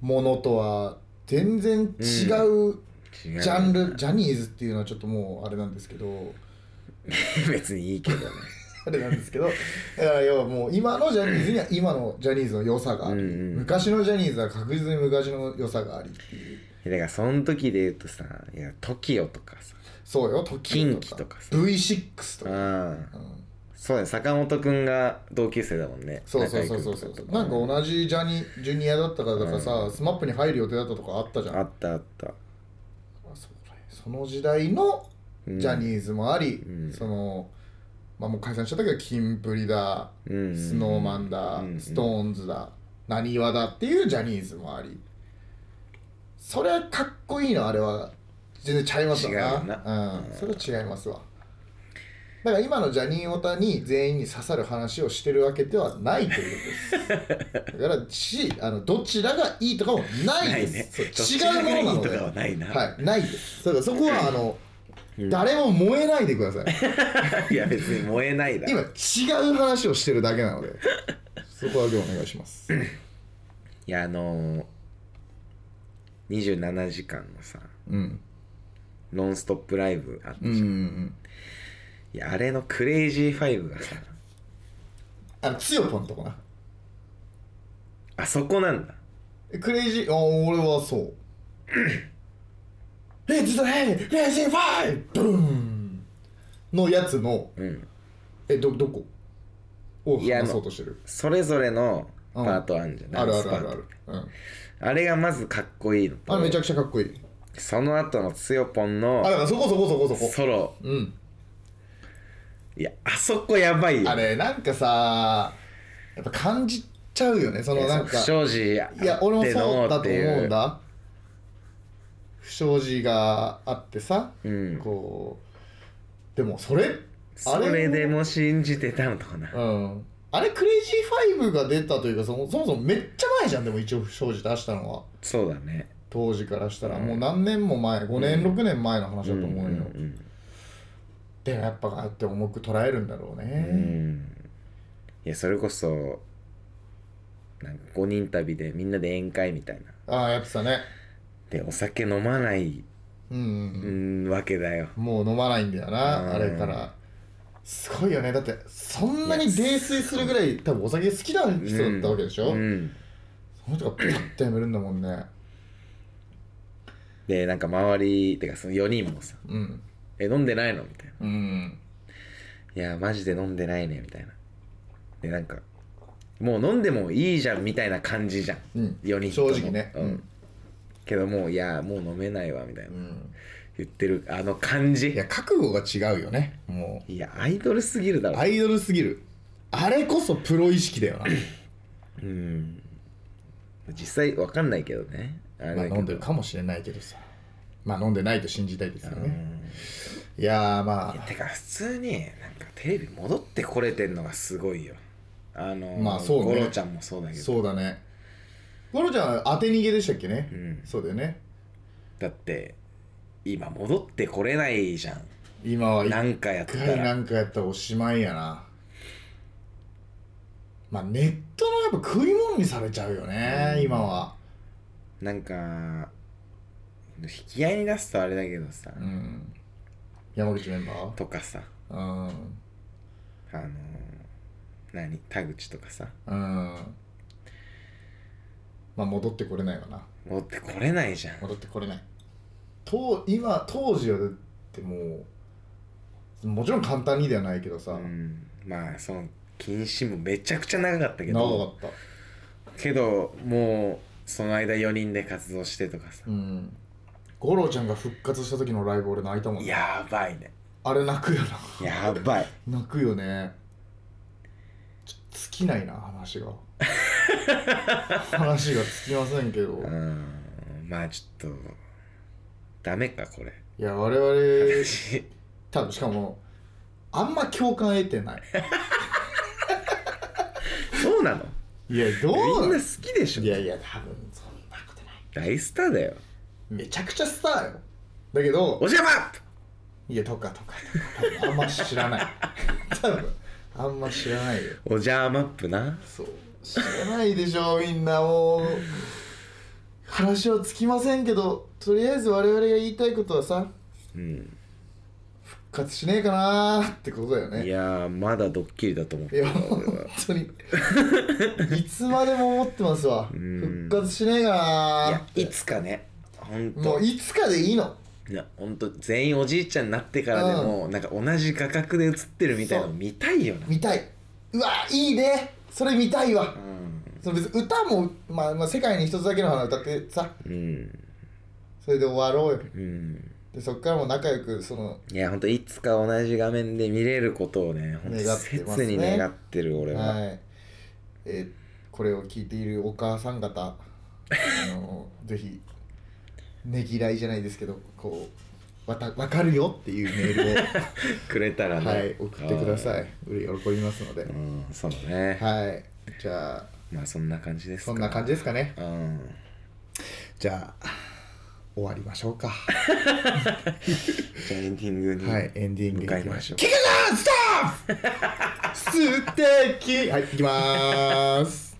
Speaker 3: ものとは全然違う
Speaker 4: 違う
Speaker 3: ジャンルジャニーズっていうのはちょっともうあれなんですけど
Speaker 4: [laughs] 別にいいけどね
Speaker 3: あれなんですけどだから要はもう今のジャニーズには今のジャニーズの良さ [laughs] があり、
Speaker 4: うんうん
Speaker 3: 昔のジャニーズは確実に昔の良さがありっていう
Speaker 4: いやだからその時で言うとさいや TOKIO とかさ
Speaker 3: そうよ時
Speaker 4: 近畿とかさ
Speaker 3: V6 とか、
Speaker 4: ああ
Speaker 3: うん
Speaker 4: そうだね坂本くんが同級生だもんね
Speaker 3: そうそうそうそうそうなんか
Speaker 4: 同
Speaker 3: 同じジャニジュニアだったからだからさ、スマップに入る予定だったとかあったじゃん
Speaker 4: あったあった
Speaker 3: それその時代の
Speaker 4: うん
Speaker 3: ジャニーズもあり、
Speaker 4: うん
Speaker 3: そのまあもう解散しちゃったけどキンプリだ、
Speaker 4: うん
Speaker 3: スノーマンだ、
Speaker 4: うん
Speaker 3: ストーンズだなにわだっていうジャニーズもありそれはかっこいいのあれは全然ちゃいますわな
Speaker 4: 違うな
Speaker 3: うん、それは違いますわだから今のジャニーオタに全員に刺さる話をしてるわけではないということ
Speaker 4: [laughs]
Speaker 3: ですだからしあのどちらがいいとかもない
Speaker 4: ないね
Speaker 3: ですそう違うものなの
Speaker 4: どっちがいいと
Speaker 3: で
Speaker 4: かはないな
Speaker 3: はい、ないです。だからそこはあの、
Speaker 4: うん
Speaker 3: 誰も燃えないでください。
Speaker 4: [laughs] いや別に燃えないだ
Speaker 3: 今
Speaker 4: ろ
Speaker 3: 違う話をしてるだけなの [laughs] で、そこだけお願いします。
Speaker 4: いやあのー、27時間のさ
Speaker 3: うん。
Speaker 4: ノンストップライブあったじ
Speaker 3: う
Speaker 4: ゃ
Speaker 3: ん
Speaker 4: ん、
Speaker 3: うんうん。
Speaker 4: いやあれのクレイジーファイブがさ
Speaker 3: あの、つよぽんとこな。
Speaker 4: あそこなんだ
Speaker 3: クレイジー、あ、俺はそう。レッツドヘイクレイジーファイブブーンのやつの、
Speaker 4: うん
Speaker 3: え、ど、どこを
Speaker 4: いやあ
Speaker 3: 話
Speaker 4: の
Speaker 3: そうとしてる。
Speaker 4: それぞれのパートあるじゃん、
Speaker 3: ある
Speaker 4: ダ
Speaker 3: あ
Speaker 4: ンス
Speaker 3: る
Speaker 4: パ
Speaker 3: あ
Speaker 4: ー
Speaker 3: る
Speaker 4: ト
Speaker 3: ある。うん。
Speaker 4: あれがまずかっこいいのと
Speaker 3: あれめちゃくちゃかっこいい。
Speaker 4: その後のつよぽん
Speaker 3: あ、
Speaker 4: の
Speaker 3: だからそこそこそこそこ。
Speaker 4: ソロ
Speaker 3: うん。
Speaker 4: いやあそこやばいよ
Speaker 3: あれなんかさやっぱ感じちゃうよねそ
Speaker 4: い
Speaker 3: の
Speaker 4: や
Speaker 3: なん
Speaker 4: 不
Speaker 3: か
Speaker 4: 祥事あっての
Speaker 3: いや俺もそうだ
Speaker 4: っ
Speaker 3: と
Speaker 4: て
Speaker 3: 思
Speaker 4: いううん
Speaker 3: だ不祥事があってさ
Speaker 4: うん
Speaker 3: こうでもそれあ
Speaker 4: そ
Speaker 3: れ
Speaker 4: れでも信じてたのかな
Speaker 3: うんあれクレイジーファイブが出たというかそもそもそもめっちゃ前じゃんでも一応不祥事出したのは
Speaker 4: そうだね
Speaker 3: 当時からしたら
Speaker 4: うん
Speaker 3: もう何年も前5年6年前の話だと思うよ、
Speaker 4: んん
Speaker 3: でもやっぱああやって重く捉えるんだろう
Speaker 4: うんう
Speaker 3: ね、
Speaker 4: んいやそれこそなんか5人旅でみんなで宴会みたいな
Speaker 3: ああやってたね
Speaker 4: でお酒飲まない、
Speaker 3: うんうんうん
Speaker 4: うん、わけだよ
Speaker 3: もう飲まないんだよ
Speaker 4: うん
Speaker 3: なあれからすごいよねだってそんなに泥酔するぐらい多分お酒好きな人だったわけでしょ、
Speaker 4: うん、
Speaker 3: その人がパッてやめるんだもんね
Speaker 4: でなんか周りてかその4人もさ
Speaker 3: うん
Speaker 4: 「え飲んでないの?」みたいな
Speaker 3: うん
Speaker 4: 「いやマジで飲んでないね」みたいなでなんかもう飲んでもいいじゃんみたいな感じじゃん
Speaker 3: うん
Speaker 4: 4人と
Speaker 3: 正
Speaker 4: も
Speaker 3: 直ね
Speaker 4: うん
Speaker 3: うん
Speaker 4: けどもういやもう飲めないわみたいな
Speaker 3: うん
Speaker 4: 言ってるあの感じ
Speaker 3: いや覚悟が違うよねも
Speaker 4: いやアイドルすぎるだ
Speaker 3: う
Speaker 4: ろ
Speaker 3: アイドルすぎるあれこそプロ意識だよな
Speaker 4: うん実際わかんないけどねあれ
Speaker 3: [clears throat] まあ
Speaker 4: だけど
Speaker 3: 飲んでるかもしれないけどさまあ飲んでないと信じたいですよ
Speaker 4: う
Speaker 3: ね
Speaker 4: ん
Speaker 3: いやーま
Speaker 4: いや
Speaker 3: あ
Speaker 4: てか普通になんかテレビ戻ってこれてんのがすごいよあの
Speaker 3: まあそうね
Speaker 4: ゴロちゃんもそうだけど
Speaker 3: そうだねゴロちゃんは当て逃げでしたっけね、
Speaker 4: うん
Speaker 3: そうだよね
Speaker 4: だって今戻ってこれないじゃん
Speaker 3: 今は
Speaker 4: なんかやっ
Speaker 3: 一
Speaker 4: た
Speaker 3: 回な
Speaker 4: ら
Speaker 3: んかやったらおしまいやなまあネットのやっぱ食い物にされちゃうよね、
Speaker 4: うん
Speaker 3: 今は
Speaker 4: なんか引き合いに出すとあれだけどさ、
Speaker 3: うん山口メンバ
Speaker 4: とかさ
Speaker 3: ーうん
Speaker 4: あのー何田口とかさ
Speaker 3: うんまあ戻ってこれないわな
Speaker 4: 戻ってこれないじゃん
Speaker 3: 戻ってこれないと今当時はだってもうもちろん簡単にではないけどさ、
Speaker 4: うん、まあその禁止もめちゃくちゃ長かったけ
Speaker 3: 長
Speaker 4: ど
Speaker 3: かった
Speaker 4: けどもうその間4人で活動してとかさ、
Speaker 3: うん五郎ちゃんが復活した時のライブ俺泣いたもんね
Speaker 4: やばいね
Speaker 3: あれ泣くよな
Speaker 4: やばい
Speaker 3: 泣くよねちょ尽きないな話が話が尽きませんけど
Speaker 4: うんまあちょっとダメ
Speaker 3: [laughs]
Speaker 4: かこれ
Speaker 3: いや我々
Speaker 4: 私
Speaker 3: 多分しかもあんま共感得てない
Speaker 4: そうなの
Speaker 3: いやど
Speaker 4: み
Speaker 3: うんな
Speaker 4: なん好きでしょ
Speaker 3: いやいや多分そんなことない
Speaker 4: 大スターだよ
Speaker 3: めちゃくちゃスターよだけど
Speaker 4: おじゃま
Speaker 3: いやとかとかとか多分あんま知らない多分あんま知らないよ
Speaker 4: おじゃまっぷな
Speaker 3: そう知らないでしょみんなもう話はつきませんけどとりあえず我々が言いたいことはさ
Speaker 4: うん
Speaker 3: 復活しねえかなーってことだよね
Speaker 4: いやーまだドッキリだと思う
Speaker 3: いや本当にいつまでも思ってますわ
Speaker 4: ん
Speaker 3: 復活しねえか
Speaker 4: い
Speaker 3: な
Speaker 4: やいつかね本
Speaker 3: ーも
Speaker 4: 当
Speaker 3: ういつかでいいの
Speaker 4: いや本当全員おじいちゃんになってからでも、なんか同じ画角で映ってるみたいなの見たいよな
Speaker 3: 見たいうわいいねそれ見たいわ
Speaker 4: う
Speaker 3: その別に歌も、まあ、まあ世界に一つだけの花歌ってさ
Speaker 4: んうん
Speaker 3: それで終わろうよ
Speaker 4: うん
Speaker 3: でそっからも仲良くその
Speaker 4: いや本当いつか同じ画面で見れることをね本当
Speaker 3: 願ってますね
Speaker 4: 切に願ってる俺は、
Speaker 3: はいえーこれを聞いているお母さん方あのぜひねぎらいじゃないですけどこうわた分かるよっていうメー [laughs] ル
Speaker 4: くれたら
Speaker 3: を、
Speaker 4: ね、
Speaker 3: はい、送ってくださ
Speaker 4: い
Speaker 3: い喜びますので
Speaker 4: うんそうだね、
Speaker 3: はいじゃあ
Speaker 4: まあそんな感じです
Speaker 3: そんな感じですかね
Speaker 4: うん
Speaker 3: じゃあ終わりましょうか
Speaker 4: じゃあエンディングに
Speaker 3: はいエンディング
Speaker 4: 向かいましょう
Speaker 3: キクナス [laughs] タッフ素敵はい行きまーす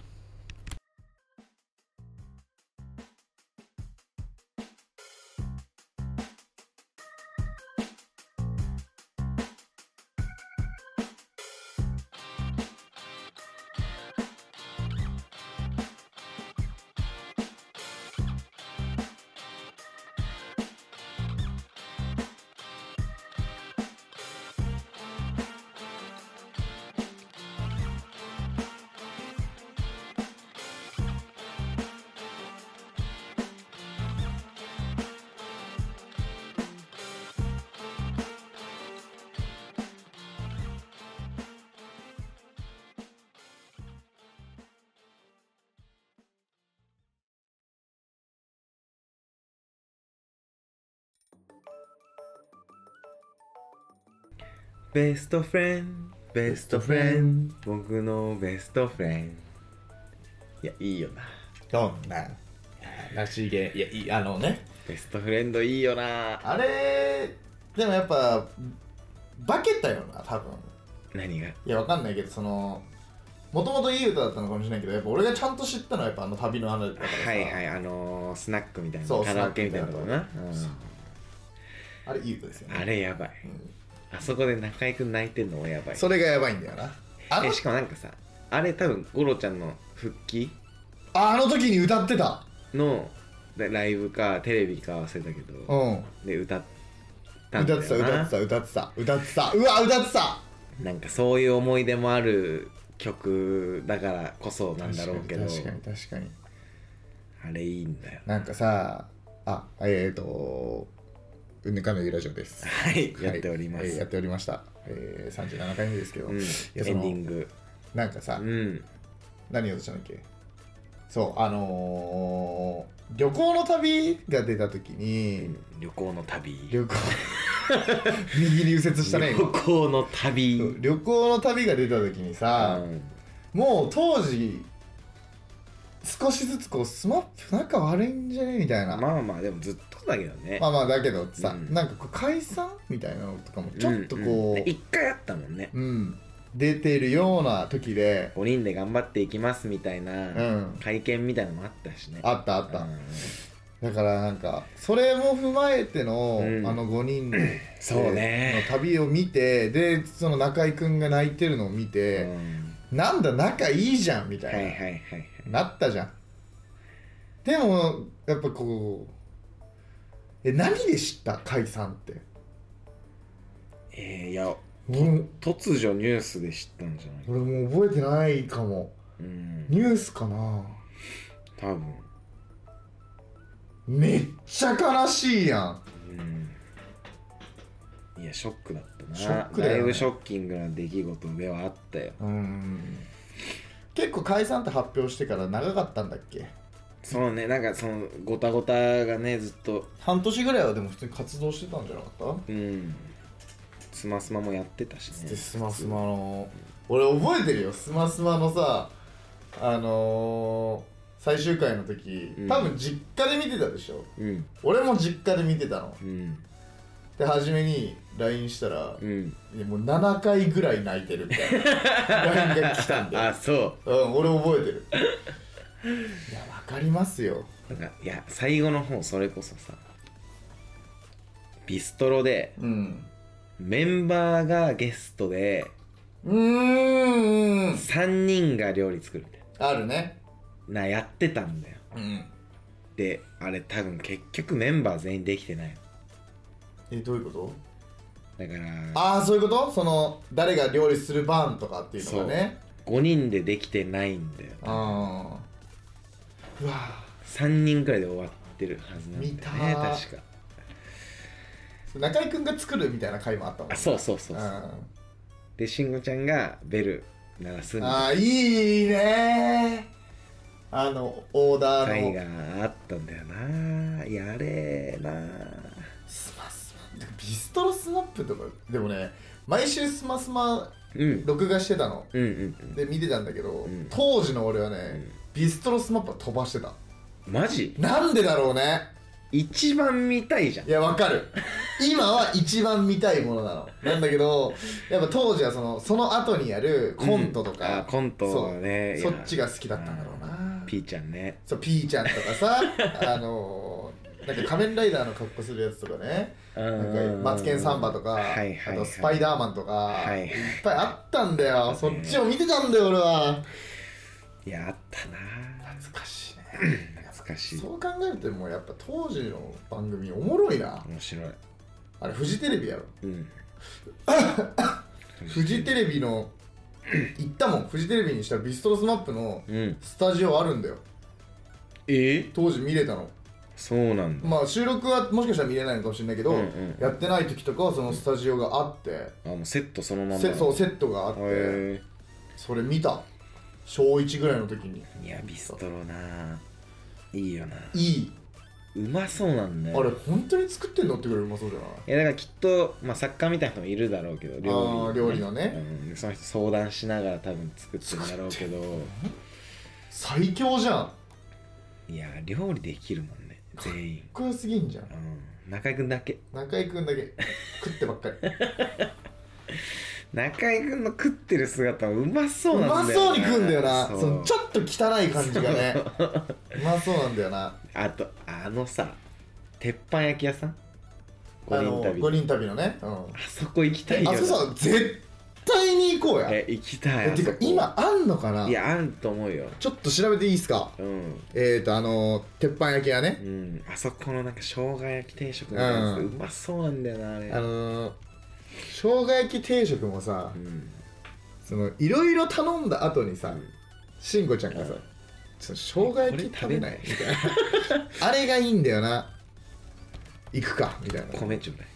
Speaker 4: ベストフレンドベストフレンド僕のベストフレンドいやいいよな
Speaker 3: どんならしげいやいいあのね
Speaker 4: ベストフレンドいいよな
Speaker 3: あれでもやっぱ化けたよな多分
Speaker 4: 何が
Speaker 3: いやわかんないけどそのもともといい歌だったのかもしれないけどやっぱ俺がちゃんと知ったのはやっぱあの旅の花だったからさ
Speaker 4: はいはいあのー、スナックみたいな
Speaker 3: そう
Speaker 4: カラオケみたいなとこな
Speaker 3: スナックみたいなとこそうあれいい歌ですよ
Speaker 4: うん
Speaker 3: ね
Speaker 4: あれやばい
Speaker 3: うん
Speaker 4: あそこで中居くん泣いてんのもやばい
Speaker 3: それがやばいんだよなあの
Speaker 4: えしかもなんかさあれ多分ゴロちゃんの復帰
Speaker 3: ああの時に歌ってた
Speaker 4: のでライブかテレビか忘れたけど、
Speaker 3: うん
Speaker 4: で歌ったんだ
Speaker 3: 歌
Speaker 4: よ
Speaker 3: って
Speaker 4: な
Speaker 3: た歌ってた歌ってた歌ってたうわ歌ってた
Speaker 4: なんかそういう思い出もある曲だからこそなんだろうけど
Speaker 3: 確かに確かに確かに
Speaker 4: あれいいんだよ
Speaker 3: なんかさあえっ、ー、と「うんぬかのゆラジオ」です
Speaker 4: はいやっております、
Speaker 3: はいえーやっておりました、えー、37回目ですけど、
Speaker 4: うん、エン
Speaker 3: や
Speaker 4: デ
Speaker 3: その
Speaker 4: ィング
Speaker 3: なんかさ、
Speaker 4: うん
Speaker 3: 何をしたんだっけそうあのー、旅行の旅が出た時に、
Speaker 4: 旅行の旅
Speaker 3: 旅行 [laughs] 右に右折したね
Speaker 4: 旅
Speaker 3: 今
Speaker 4: 行の旅
Speaker 3: そう旅行の旅が出た時にさ、
Speaker 4: うん
Speaker 3: もう当時少しずつこうスマップ仲悪いんじゃねみたいな、まあ、
Speaker 4: まあまあでもずっとだけどね
Speaker 3: まあだけどさ、
Speaker 4: うん
Speaker 3: なんかこう解散みたいなのとかもちょっとこ
Speaker 4: んん
Speaker 3: う、
Speaker 4: 一回あったもんね
Speaker 3: うん、出てるような時で、
Speaker 4: 5人で頑張っていきますみたいな
Speaker 3: うん、
Speaker 4: 会見みたいのもあったしね
Speaker 3: あったあった、
Speaker 4: うん
Speaker 3: だからなんかそれも踏まえての、
Speaker 4: うん
Speaker 3: あの5人の
Speaker 4: [clears throat] そうね
Speaker 3: 旅を見てでその中居君が泣いてるのを見
Speaker 4: う
Speaker 3: て、
Speaker 4: ん
Speaker 3: なんだ仲いいじゃんみた
Speaker 4: はいい
Speaker 3: な、
Speaker 4: はいはいはい
Speaker 3: なったじゃんでもやっぱこうえ何で知った解散って
Speaker 4: えー、いや
Speaker 3: 俺も
Speaker 4: 突如ニュースで知ったんじゃないか
Speaker 3: 俺もう覚えてないかも
Speaker 4: うん
Speaker 3: ニュースかな
Speaker 4: 多分
Speaker 3: めっちゃ悲しいやん
Speaker 4: うんいやショックだったな
Speaker 3: ショックだよね
Speaker 4: いぶショッキングな出来事ではあったよ
Speaker 3: うん結構解散って発表してから長かったんだっけ
Speaker 4: そうねなんかそのごたごたがねずっと
Speaker 3: 半年ぐらいはでも普通に活動してたんじゃなかった
Speaker 4: うんスマスマもやってたしね
Speaker 3: でスマスマの俺覚えてるよスマスマのさあのー、最終回の時
Speaker 4: うん
Speaker 3: 多分実家で見てたでしょ、
Speaker 4: うん
Speaker 3: 俺も実家で見てたの
Speaker 4: うん
Speaker 3: で初めに LINE したら、
Speaker 4: うん
Speaker 3: いやもう7回ぐらい泣いてるみたい [laughs] な LINE が来たんだよ、
Speaker 4: あそう
Speaker 3: うん、俺覚えてるいやわかりますよ
Speaker 4: なんかいや最後の方それこそさビストロで
Speaker 3: うん
Speaker 4: メンバーがゲストで
Speaker 3: うーん
Speaker 4: 3人が料理作るみたい
Speaker 3: あるね
Speaker 4: ななやってたんだよ
Speaker 3: うん
Speaker 4: であれ多分結局メンバー全員できてない
Speaker 3: えどういうこと
Speaker 4: だから
Speaker 3: ああそういうことその誰が料理する番とかっていうのがね
Speaker 4: 5人でできてないんだよ
Speaker 3: あーうわ
Speaker 4: 3人くらいで終わってるはずなんだよ
Speaker 3: 見た
Speaker 4: ね
Speaker 3: ー
Speaker 4: 確
Speaker 3: ー
Speaker 4: か
Speaker 3: 中居君が作るみたいな回もあったもん
Speaker 4: あそうそうそううんそう、で慎吾ちゃんがベル鳴らすみたいな
Speaker 3: あーいいねーあのオーダ
Speaker 4: 回
Speaker 3: ー
Speaker 4: が
Speaker 3: の
Speaker 4: あったんだよないやあれーな
Speaker 3: スマスマビストロスナップとかでもね毎週スマスマ
Speaker 4: うん
Speaker 3: 録画してたの
Speaker 4: うんうん
Speaker 3: で見てたんだけど、
Speaker 4: ん
Speaker 3: 当時の俺はね、
Speaker 4: ん
Speaker 3: ビストロスマップは飛ばしてた
Speaker 4: うんマジ
Speaker 3: なんでだろうね
Speaker 4: 一番見たいじゃん
Speaker 3: いやわかる今は一番見たいものなのなんだけどやっぱ当時はそのその後にやるコントと
Speaker 4: うん
Speaker 3: か、
Speaker 4: あコントはね
Speaker 3: そう
Speaker 4: いや
Speaker 3: そっちが好きだったんだろうな
Speaker 4: あーピーちゃんね
Speaker 3: そうピーちゃんとかさ [laughs] あのーなんか仮面ライダーの格好するやつとかねなんかマツケンサンバとか、
Speaker 4: はいはいはい
Speaker 3: あとスパイダーマンとか、
Speaker 4: はい
Speaker 3: い、っぱいあったんだよそっちを見てたんだよ俺はい
Speaker 4: やあったな
Speaker 3: 懐かしいね
Speaker 4: 懐かしい
Speaker 3: そう考えるともうやっぱ当時の番組おもろいな
Speaker 4: 面白い
Speaker 3: あれフジテレビやろ [laughs]
Speaker 4: うん
Speaker 3: フジテレビの行ったもんフジテレビにしたらビストロスマップの
Speaker 4: うん
Speaker 3: スタジオあるんだよ
Speaker 4: え
Speaker 3: 当時見れたの
Speaker 4: そうなんだ
Speaker 3: まあ収録はもしかしたら見れないのかもしれないけど、
Speaker 4: うんうん
Speaker 3: やってない時とかはそのスタジオがあって、
Speaker 4: あもうセットそのまんま
Speaker 3: せそうセットがあって、
Speaker 4: へ
Speaker 3: それ見た小1ぐらいの時に
Speaker 4: ーいやビストロないいよない
Speaker 3: いう
Speaker 4: まそうなんだよ
Speaker 3: あれ本当に作ってんのってぐらいうまそうじゃない
Speaker 4: いやだからきっと、まあ、作家みたいな人もいるだろうけど
Speaker 3: あー料理のね、
Speaker 4: うん、その人相談しながら多分作ってるんだろうけど
Speaker 3: 最強じゃん
Speaker 4: いや料理できるもんね全員、
Speaker 3: かっこよすぎんじゃん
Speaker 4: うん、中居君だけ
Speaker 3: 中居君だけ食ってばっかり
Speaker 4: 中居君の食ってる姿うま [laughs] そう
Speaker 3: う
Speaker 4: な
Speaker 3: ま
Speaker 4: んだよ
Speaker 3: そうに食うんだよな
Speaker 4: そ
Speaker 3: そうのちょっと汚い感じがね
Speaker 4: [laughs]
Speaker 3: うまそうなんだよな
Speaker 4: あとあのさ鉄板焼き屋さん
Speaker 3: あ
Speaker 4: 五人
Speaker 3: の
Speaker 4: 旅
Speaker 3: 五人旅のね、うん
Speaker 4: あそこ行きたいよ
Speaker 3: あそこさ絶対に行こうや
Speaker 4: え行きたい
Speaker 3: えてか
Speaker 4: あそこ
Speaker 3: 今あんのかない
Speaker 4: やあると思うよ
Speaker 3: ちょっと調べていいですか
Speaker 4: うん
Speaker 3: えーとあのー鉄板焼き屋ね
Speaker 4: うん、あそこのなんか生姜焼き定食みたいなやつ、う
Speaker 3: うん
Speaker 4: まそうなんだよなあれ
Speaker 3: あのー生姜焼き定食もさ
Speaker 4: うん
Speaker 3: そのいろいろ頼んだ後にさ
Speaker 4: うん
Speaker 3: 慎吾ちゃんがさち
Speaker 4: うん
Speaker 3: ょっと生姜焼き食べない
Speaker 4: こ
Speaker 3: みたいな [laughs] あれがいいんだよな行くかみたいな
Speaker 4: 米ちょうだい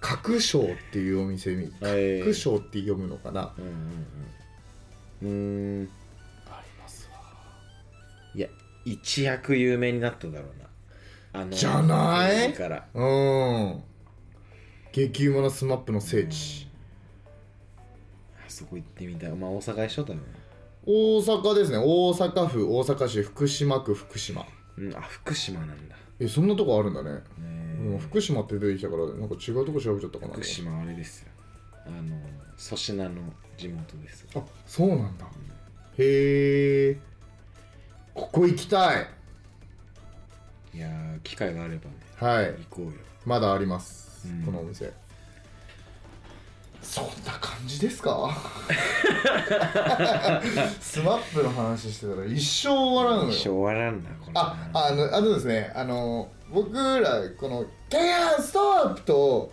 Speaker 3: 角章っていうお店に
Speaker 4: はい
Speaker 3: 角章って読むのかな
Speaker 4: うんうんうんうーん
Speaker 3: ありますわ
Speaker 4: いや一躍有名になっただろうなあの
Speaker 3: じゃない
Speaker 4: 時から
Speaker 3: うん激うまなスマップの聖地
Speaker 4: あそこ行ってみたいまあ大阪一緒だよね
Speaker 3: 大阪ですね大阪府大阪市福島区福島
Speaker 4: うんあ福島なんだ
Speaker 3: えそんなとこあるんだね、
Speaker 4: ね
Speaker 3: うん福島って出てきたからなんか違うとこ調べちゃったかな
Speaker 4: 福島はあれですよあの粗品の地元です
Speaker 3: あそうなんだへえここ行きたい
Speaker 4: いやー機会があればね
Speaker 3: はい
Speaker 4: 行こうよ
Speaker 3: まだあります、
Speaker 4: うん
Speaker 3: このお店そんな感じです
Speaker 4: [laughs]
Speaker 3: かスマップの話してたら一生終わらんの
Speaker 4: 一生
Speaker 3: よ
Speaker 4: 終わらんなこの
Speaker 3: ああのあとですねあの僕らこの「キャヤンストップ!」と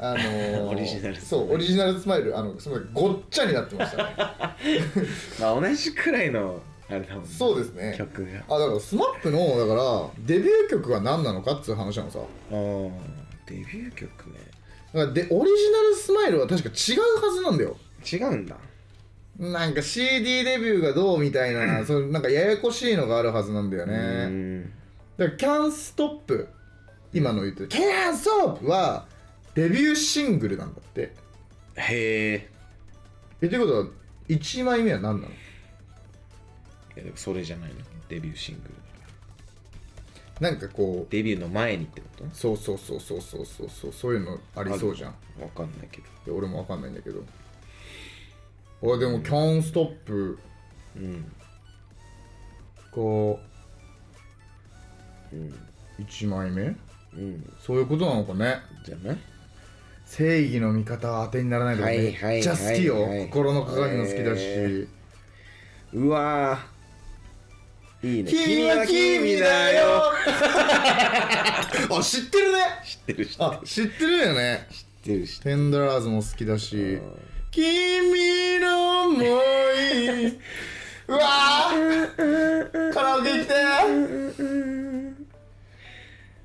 Speaker 3: あの
Speaker 4: [laughs] オリジナルスマイル
Speaker 3: そうオリジナルスマイルあのすごいごっちゃになってましたね
Speaker 4: [laughs] まあ同じくらいのあれだもんね
Speaker 3: そうですね
Speaker 4: 曲が
Speaker 3: あだからスマップのだからデビュー曲が何なのかっつう話なのさ
Speaker 4: あーデビュー曲ね
Speaker 3: だからでオリジナルスマイルは確か違うはずなんだよ
Speaker 4: 違うんだ
Speaker 3: なんか CD デビューがどうみたい
Speaker 4: [laughs]
Speaker 3: なそのなんかややこしいのがあるはずなんだよ
Speaker 4: う
Speaker 3: ね
Speaker 4: ーん
Speaker 3: だから「キャンストップ今の言ってる「キャンストップはデビューシングルなんだって
Speaker 4: へえ
Speaker 3: えってことは1枚目は何なの
Speaker 4: いやでもそれじゃないのデビューシングル
Speaker 3: なんかこう
Speaker 4: デビューの前にってこと
Speaker 3: そうそうそうそうそうそうそうそういうのありそうじゃん
Speaker 4: わかんないけど
Speaker 3: で俺もわかんないんだけどあでも「キャンストップ
Speaker 4: うん
Speaker 3: こう
Speaker 4: うん
Speaker 3: 1枚目
Speaker 4: うん
Speaker 3: そういうことなのかね
Speaker 4: じゃあね
Speaker 3: 正義の味方は当てにならないとか
Speaker 4: はい
Speaker 3: め
Speaker 4: はい
Speaker 3: っちゃ好きよ、
Speaker 4: はいはい
Speaker 3: 心の鏡も好きだし、
Speaker 4: えうわーいいね
Speaker 3: [laughs] あ知ってるね
Speaker 4: 知ってる知っ
Speaker 3: あ知ってるよね
Speaker 4: てる知って
Speaker 3: テンダラーズも好きだし
Speaker 4: る
Speaker 3: 君の想 [laughs] いうわーカラオケ行きた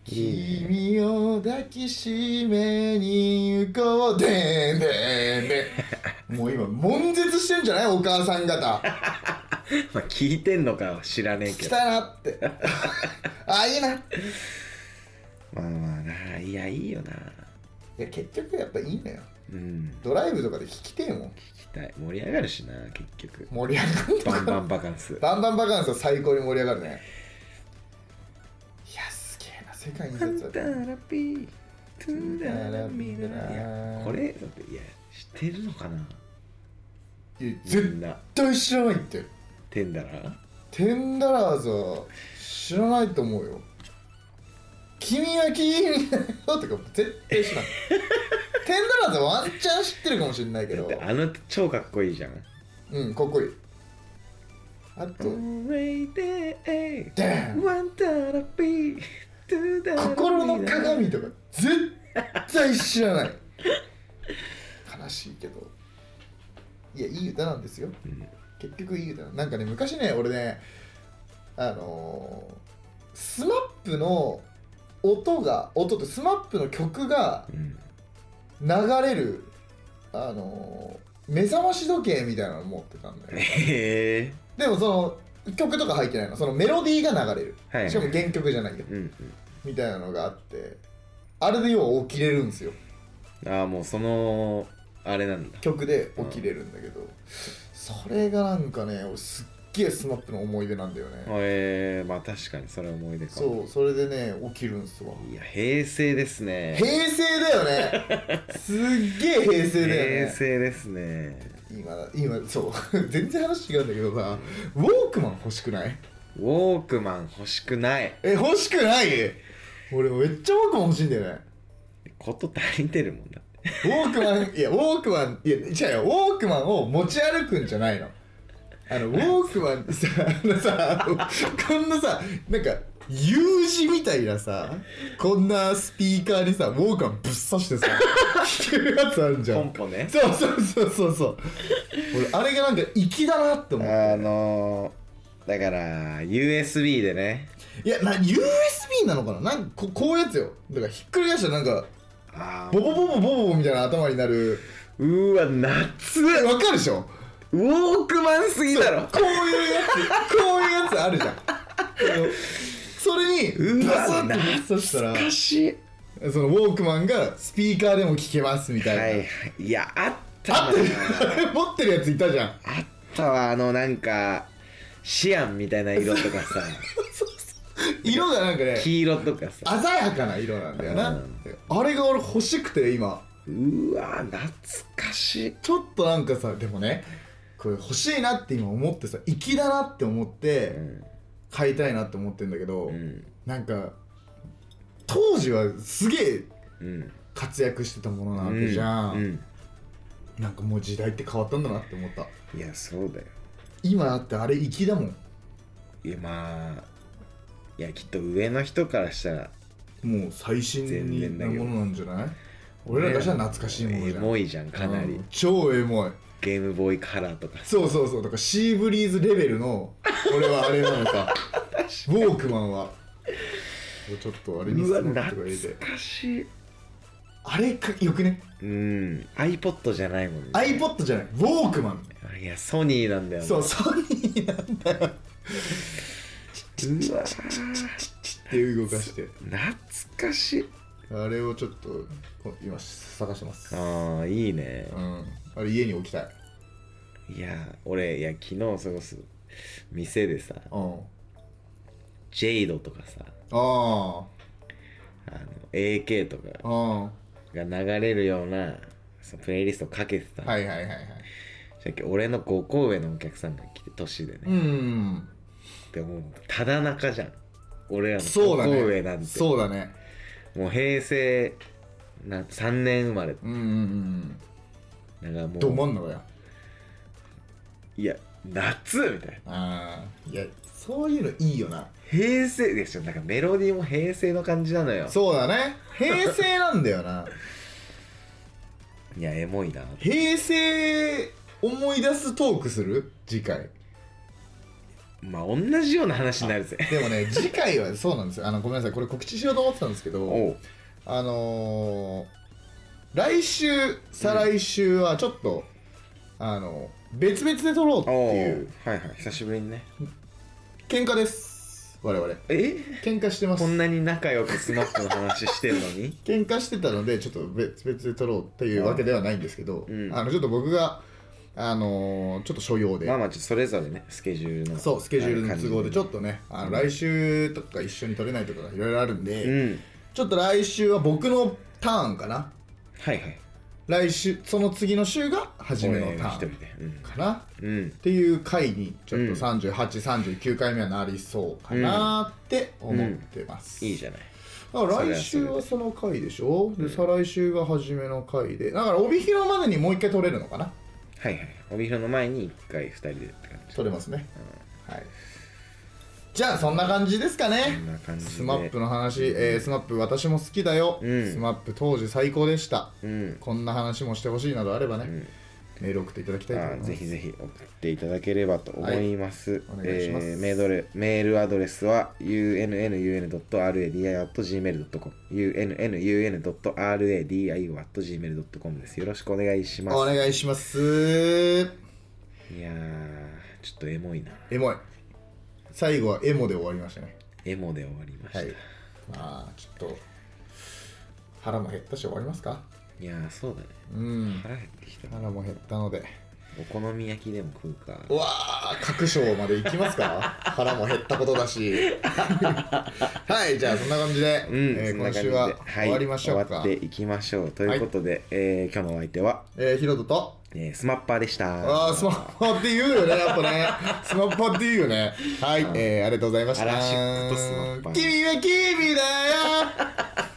Speaker 3: 君を抱きしめに行こうでんでん [laughs] でんもう今悶絶してんじゃないお母さん方
Speaker 4: まあ聞いてんのかは知らねえ
Speaker 3: 来
Speaker 4: けど
Speaker 3: たなってあいいない
Speaker 4: まあまあないやいいよな
Speaker 3: や結局やっぱいいのよ
Speaker 4: うん
Speaker 3: ドライブとかで聴きてえもん
Speaker 4: 聞きたい盛り上がるしな結局
Speaker 3: 盛り上が
Speaker 4: バ
Speaker 3: る
Speaker 4: ンバンバカンス
Speaker 3: バンバンバカンスは最高に盛り上がるねいやすげえな世界に一つだった
Speaker 4: ラピートゥ
Speaker 3: いや
Speaker 4: これだっていや知ってるのかない
Speaker 3: や
Speaker 4: み
Speaker 3: 絶
Speaker 4: んな
Speaker 3: 対知らないって
Speaker 4: てんだら
Speaker 3: テンダラーズは知らないと思うよ君は君だよとか絶対
Speaker 4: [laughs]
Speaker 3: 知らないテンダラーズはワンチャン知ってるかもしれないけ
Speaker 4: だっ
Speaker 3: ど
Speaker 4: てあの超かっこいいじゃん
Speaker 3: うんかっこいいあと、Damn
Speaker 4: ワンダラピートゥダラピー
Speaker 3: 心の鏡とか絶対知らない悲しいけどいやいい歌なんですよ
Speaker 4: うん
Speaker 3: 結局いい歌なんかね昔ね俺ねあのー、スマップの音が音ってスマップの曲が
Speaker 4: うん
Speaker 3: 流れるあのー、目覚まし時計みたいなの持ってたんだよ
Speaker 4: へえ
Speaker 3: でもその曲とか入ってないのそのメロディーが流れる
Speaker 4: はい
Speaker 3: しかも原曲じゃないよ
Speaker 4: うん
Speaker 3: みたいなのがあってあれで要は起きれるんですよ
Speaker 4: うんああもうそのあれなんだ
Speaker 3: 曲で起きれるんだけど、それがなんかね俺すっげえ SMAP の思い出なんだよね、
Speaker 4: ええまあ確かにそれは思い出か
Speaker 3: そ
Speaker 4: も
Speaker 3: うそれでね起きるんすわ
Speaker 4: いや平成ですね
Speaker 3: 平成だよ
Speaker 4: [laughs]
Speaker 3: ねすっげえ平成だよね
Speaker 4: 平成ですね
Speaker 3: 今だ今そう [laughs] 全然話違うんだけどさウォークマン欲しくない
Speaker 4: ウォークマン欲しくない
Speaker 3: え欲しくない俺めっちゃウォークマン欲しいんだよね
Speaker 4: こと足りてるもんだって
Speaker 3: ウォークマン、いや、ウォークマン、いや、違うよ、ウォークマンを持ち歩くんじゃないの。あの、ウォークマンってさ、あのさ、こんなさ、なんか、U 字みたいなさ、こんなスピーカーにさ、ウォークマンぶっ刺してさ、弾けるやつあるじゃ
Speaker 4: ポン
Speaker 3: ん。
Speaker 4: ポね
Speaker 3: そうそうそうそうそう。俺、あれがなんか、粋だなって思う。
Speaker 4: あのー、だから USB でね
Speaker 3: いや、な、USB なのかななんかこ、こういうやつよ。だから、ひっくり返したらなんか、
Speaker 4: あ
Speaker 3: ボ
Speaker 4: ー
Speaker 3: ボボボボボボみたいな頭になる。
Speaker 4: うーわ夏
Speaker 3: えわかるでしょ
Speaker 4: ウォークマンすぎだろ
Speaker 3: こういうやつ、こういうやつあるじゃん。あのそれに、
Speaker 4: うわ
Speaker 3: バサッとぶっ刺したら、
Speaker 4: 懐かしい
Speaker 3: そのウォークマンがスピーカーでも聴けますみた
Speaker 4: はい
Speaker 3: い
Speaker 4: は
Speaker 3: な。
Speaker 4: いいやあったな
Speaker 3: あってる持ってるやついたじゃん。
Speaker 4: あったわあのなんかシアンみたいな色とかさ [laughs]
Speaker 3: 色がなんかね、
Speaker 4: 黄色とかさ
Speaker 3: 鮮やかな色なんだよ
Speaker 4: う
Speaker 3: な。あれが俺欲しくて、今。
Speaker 4: うーわ懐かしい
Speaker 3: ちょっとなんかさ、でもね、これ欲しいなって今思ってさ、粋だなって思っ
Speaker 4: う
Speaker 3: て、
Speaker 4: ん
Speaker 3: 買いたいなって思ってんだけど、
Speaker 4: うん
Speaker 3: なんか、当時はすげえ
Speaker 4: うん
Speaker 3: 活躍してたものなわけじゃ
Speaker 4: うんうん
Speaker 3: なんかもう時代って変わったんだなって思った
Speaker 4: いやそうだよ
Speaker 3: 今だってあれ粋だもん
Speaker 4: いやまあいやきっと上の人からしたら
Speaker 3: もう最新
Speaker 4: 全然だ
Speaker 3: な
Speaker 4: けど
Speaker 3: ものなんじゃない俺らからしたら懐かしいもの
Speaker 4: エ
Speaker 3: じゃん
Speaker 4: モいじゃんかなり
Speaker 3: うん超エモい
Speaker 4: ゲームボーイカラーとか
Speaker 3: そうそうそうだからシーブリーズレベルの俺はあれなのかウォークマンはちょっとあれに
Speaker 4: うわ
Speaker 3: スマ
Speaker 4: 懐
Speaker 3: ップが入れて
Speaker 4: かしい
Speaker 3: あれかよくね
Speaker 4: うん iPod じゃないもんね
Speaker 3: iPod じゃないウォークマン
Speaker 4: いやソニーなんだよ
Speaker 3: そうソニーなんだよ
Speaker 4: うわ
Speaker 3: って動かして
Speaker 4: 懐かしい
Speaker 3: あれをちょっとこ今探してます
Speaker 4: ああいいね
Speaker 3: うんあれ家に置きたい
Speaker 4: いや俺いや昨日過ごす店でさ
Speaker 3: うん
Speaker 4: ジェイドとかさ
Speaker 3: あ
Speaker 4: あの AK とか
Speaker 3: あ、うん。
Speaker 4: が流れるようなそのプレイリストかけてたの、
Speaker 3: はいはいはいはい。
Speaker 4: さっき俺の5個上のお客さんが来て年でね、
Speaker 3: うん。
Speaker 4: でもうただ中じゃん
Speaker 3: お
Speaker 4: 俺らの
Speaker 3: そうだ
Speaker 4: 高校上なん
Speaker 3: ね
Speaker 4: て
Speaker 3: そうだね
Speaker 4: もう平成なんて3年生まれ
Speaker 3: うんうんうん
Speaker 4: なんかもう
Speaker 3: ど真ん中や
Speaker 4: いや夏みたいな
Speaker 3: ああいやそういうのいいよな
Speaker 4: 平成でしょなんかメロディーも平成の感じなのよ
Speaker 3: そうだね平成なんだよな
Speaker 4: いやエモいな
Speaker 3: 平成思い出すトークする次回
Speaker 4: まあ同じような話になるぜ
Speaker 3: でもね次回はそうなんですよあのごめんなさいこれ告知しようと思ってたんですけど
Speaker 4: おう
Speaker 3: あのー来週再来週はちょっと、あの別々で撮ろうって
Speaker 4: お
Speaker 3: いうう
Speaker 4: はいはい久しぶりにね
Speaker 3: 喧嘩です我々
Speaker 4: え
Speaker 3: 喧嘩してます
Speaker 4: こんなに仲良くスマップの話してるの
Speaker 3: [laughs]
Speaker 4: に
Speaker 3: 喧嘩してたのでちょっと別々で撮ろうっていうわけではないんですけど、
Speaker 4: うん
Speaker 3: あのちょっと僕があのーちょっと所用で、
Speaker 4: まあまあちょっとそれぞれねスケジュールの
Speaker 3: そうスケジュールの都合でちょっ
Speaker 4: と
Speaker 3: とねあの
Speaker 4: うん
Speaker 3: 来週とか一緒に撮れないとかいろいろあるんで、
Speaker 4: うん
Speaker 3: ちょっと来週は僕のターンかな
Speaker 4: はいはい
Speaker 3: 来週その次の週が初めのタ
Speaker 4: 一
Speaker 3: ー
Speaker 4: 人
Speaker 3: ン
Speaker 4: でうん
Speaker 3: かな
Speaker 4: うん
Speaker 3: っていう回にちょっ
Speaker 4: うん
Speaker 3: と3839回目はなりそうかなって思ってます、
Speaker 4: いいじゃない
Speaker 3: だから
Speaker 4: それは
Speaker 3: 来週はその回でしょで再来週が初めの回でだから帯広までにもう一回取れるのかな
Speaker 4: はいはい帯広の前に1回2人でって感じ
Speaker 3: 取れますね、はいじゃあそんな感じですか
Speaker 4: こん
Speaker 3: ね
Speaker 4: な感じで
Speaker 3: スマップの話、えー、スマップ私も好きだよ、
Speaker 4: うん
Speaker 3: スマップ当時最高でした、
Speaker 4: うん
Speaker 3: こんな話もしてほしいなどあればね、
Speaker 4: ん
Speaker 3: メール送っていただきたいと思い
Speaker 4: あ
Speaker 3: ま
Speaker 4: ー
Speaker 3: す
Speaker 4: ぜひぜひ送っていただければと思います。
Speaker 3: はいお願いします
Speaker 4: えーメールドレメールアドレスは unnun.radi.gmail.com unnun.radi.gmail.com です。よろしくお願いします。
Speaker 3: お願いします
Speaker 4: いやー、ちょっとエモいな。
Speaker 3: エモい最後はエモで終わりましたね
Speaker 4: エモで終わりました。
Speaker 3: はい
Speaker 4: い、
Speaker 3: まあちょっと腹も減ったし終わりますか
Speaker 4: やー、そうだね。
Speaker 3: うん
Speaker 4: 腹減ってきたな。
Speaker 3: 腹も減ったので
Speaker 4: お好み焼きでも食うか。
Speaker 3: うわあ各章まで行きます
Speaker 4: [laughs]
Speaker 3: か腹も減ったことだしはいじゃあそんな感じで、
Speaker 4: うん、
Speaker 3: えー
Speaker 4: そん
Speaker 3: 今
Speaker 4: な感じ
Speaker 3: 週
Speaker 4: で
Speaker 3: はい終わりましょうか、
Speaker 4: 終わっていきましょう。ということで、えー今日のお相手は、
Speaker 3: えー、ヒロトと
Speaker 4: えースマッパーでした。
Speaker 3: あースマホって言うよねやっぱ [laughs] ねスマホって言うよねはい、えー、ありがとうございました
Speaker 4: アラシックとスマホ
Speaker 3: 君は君だよ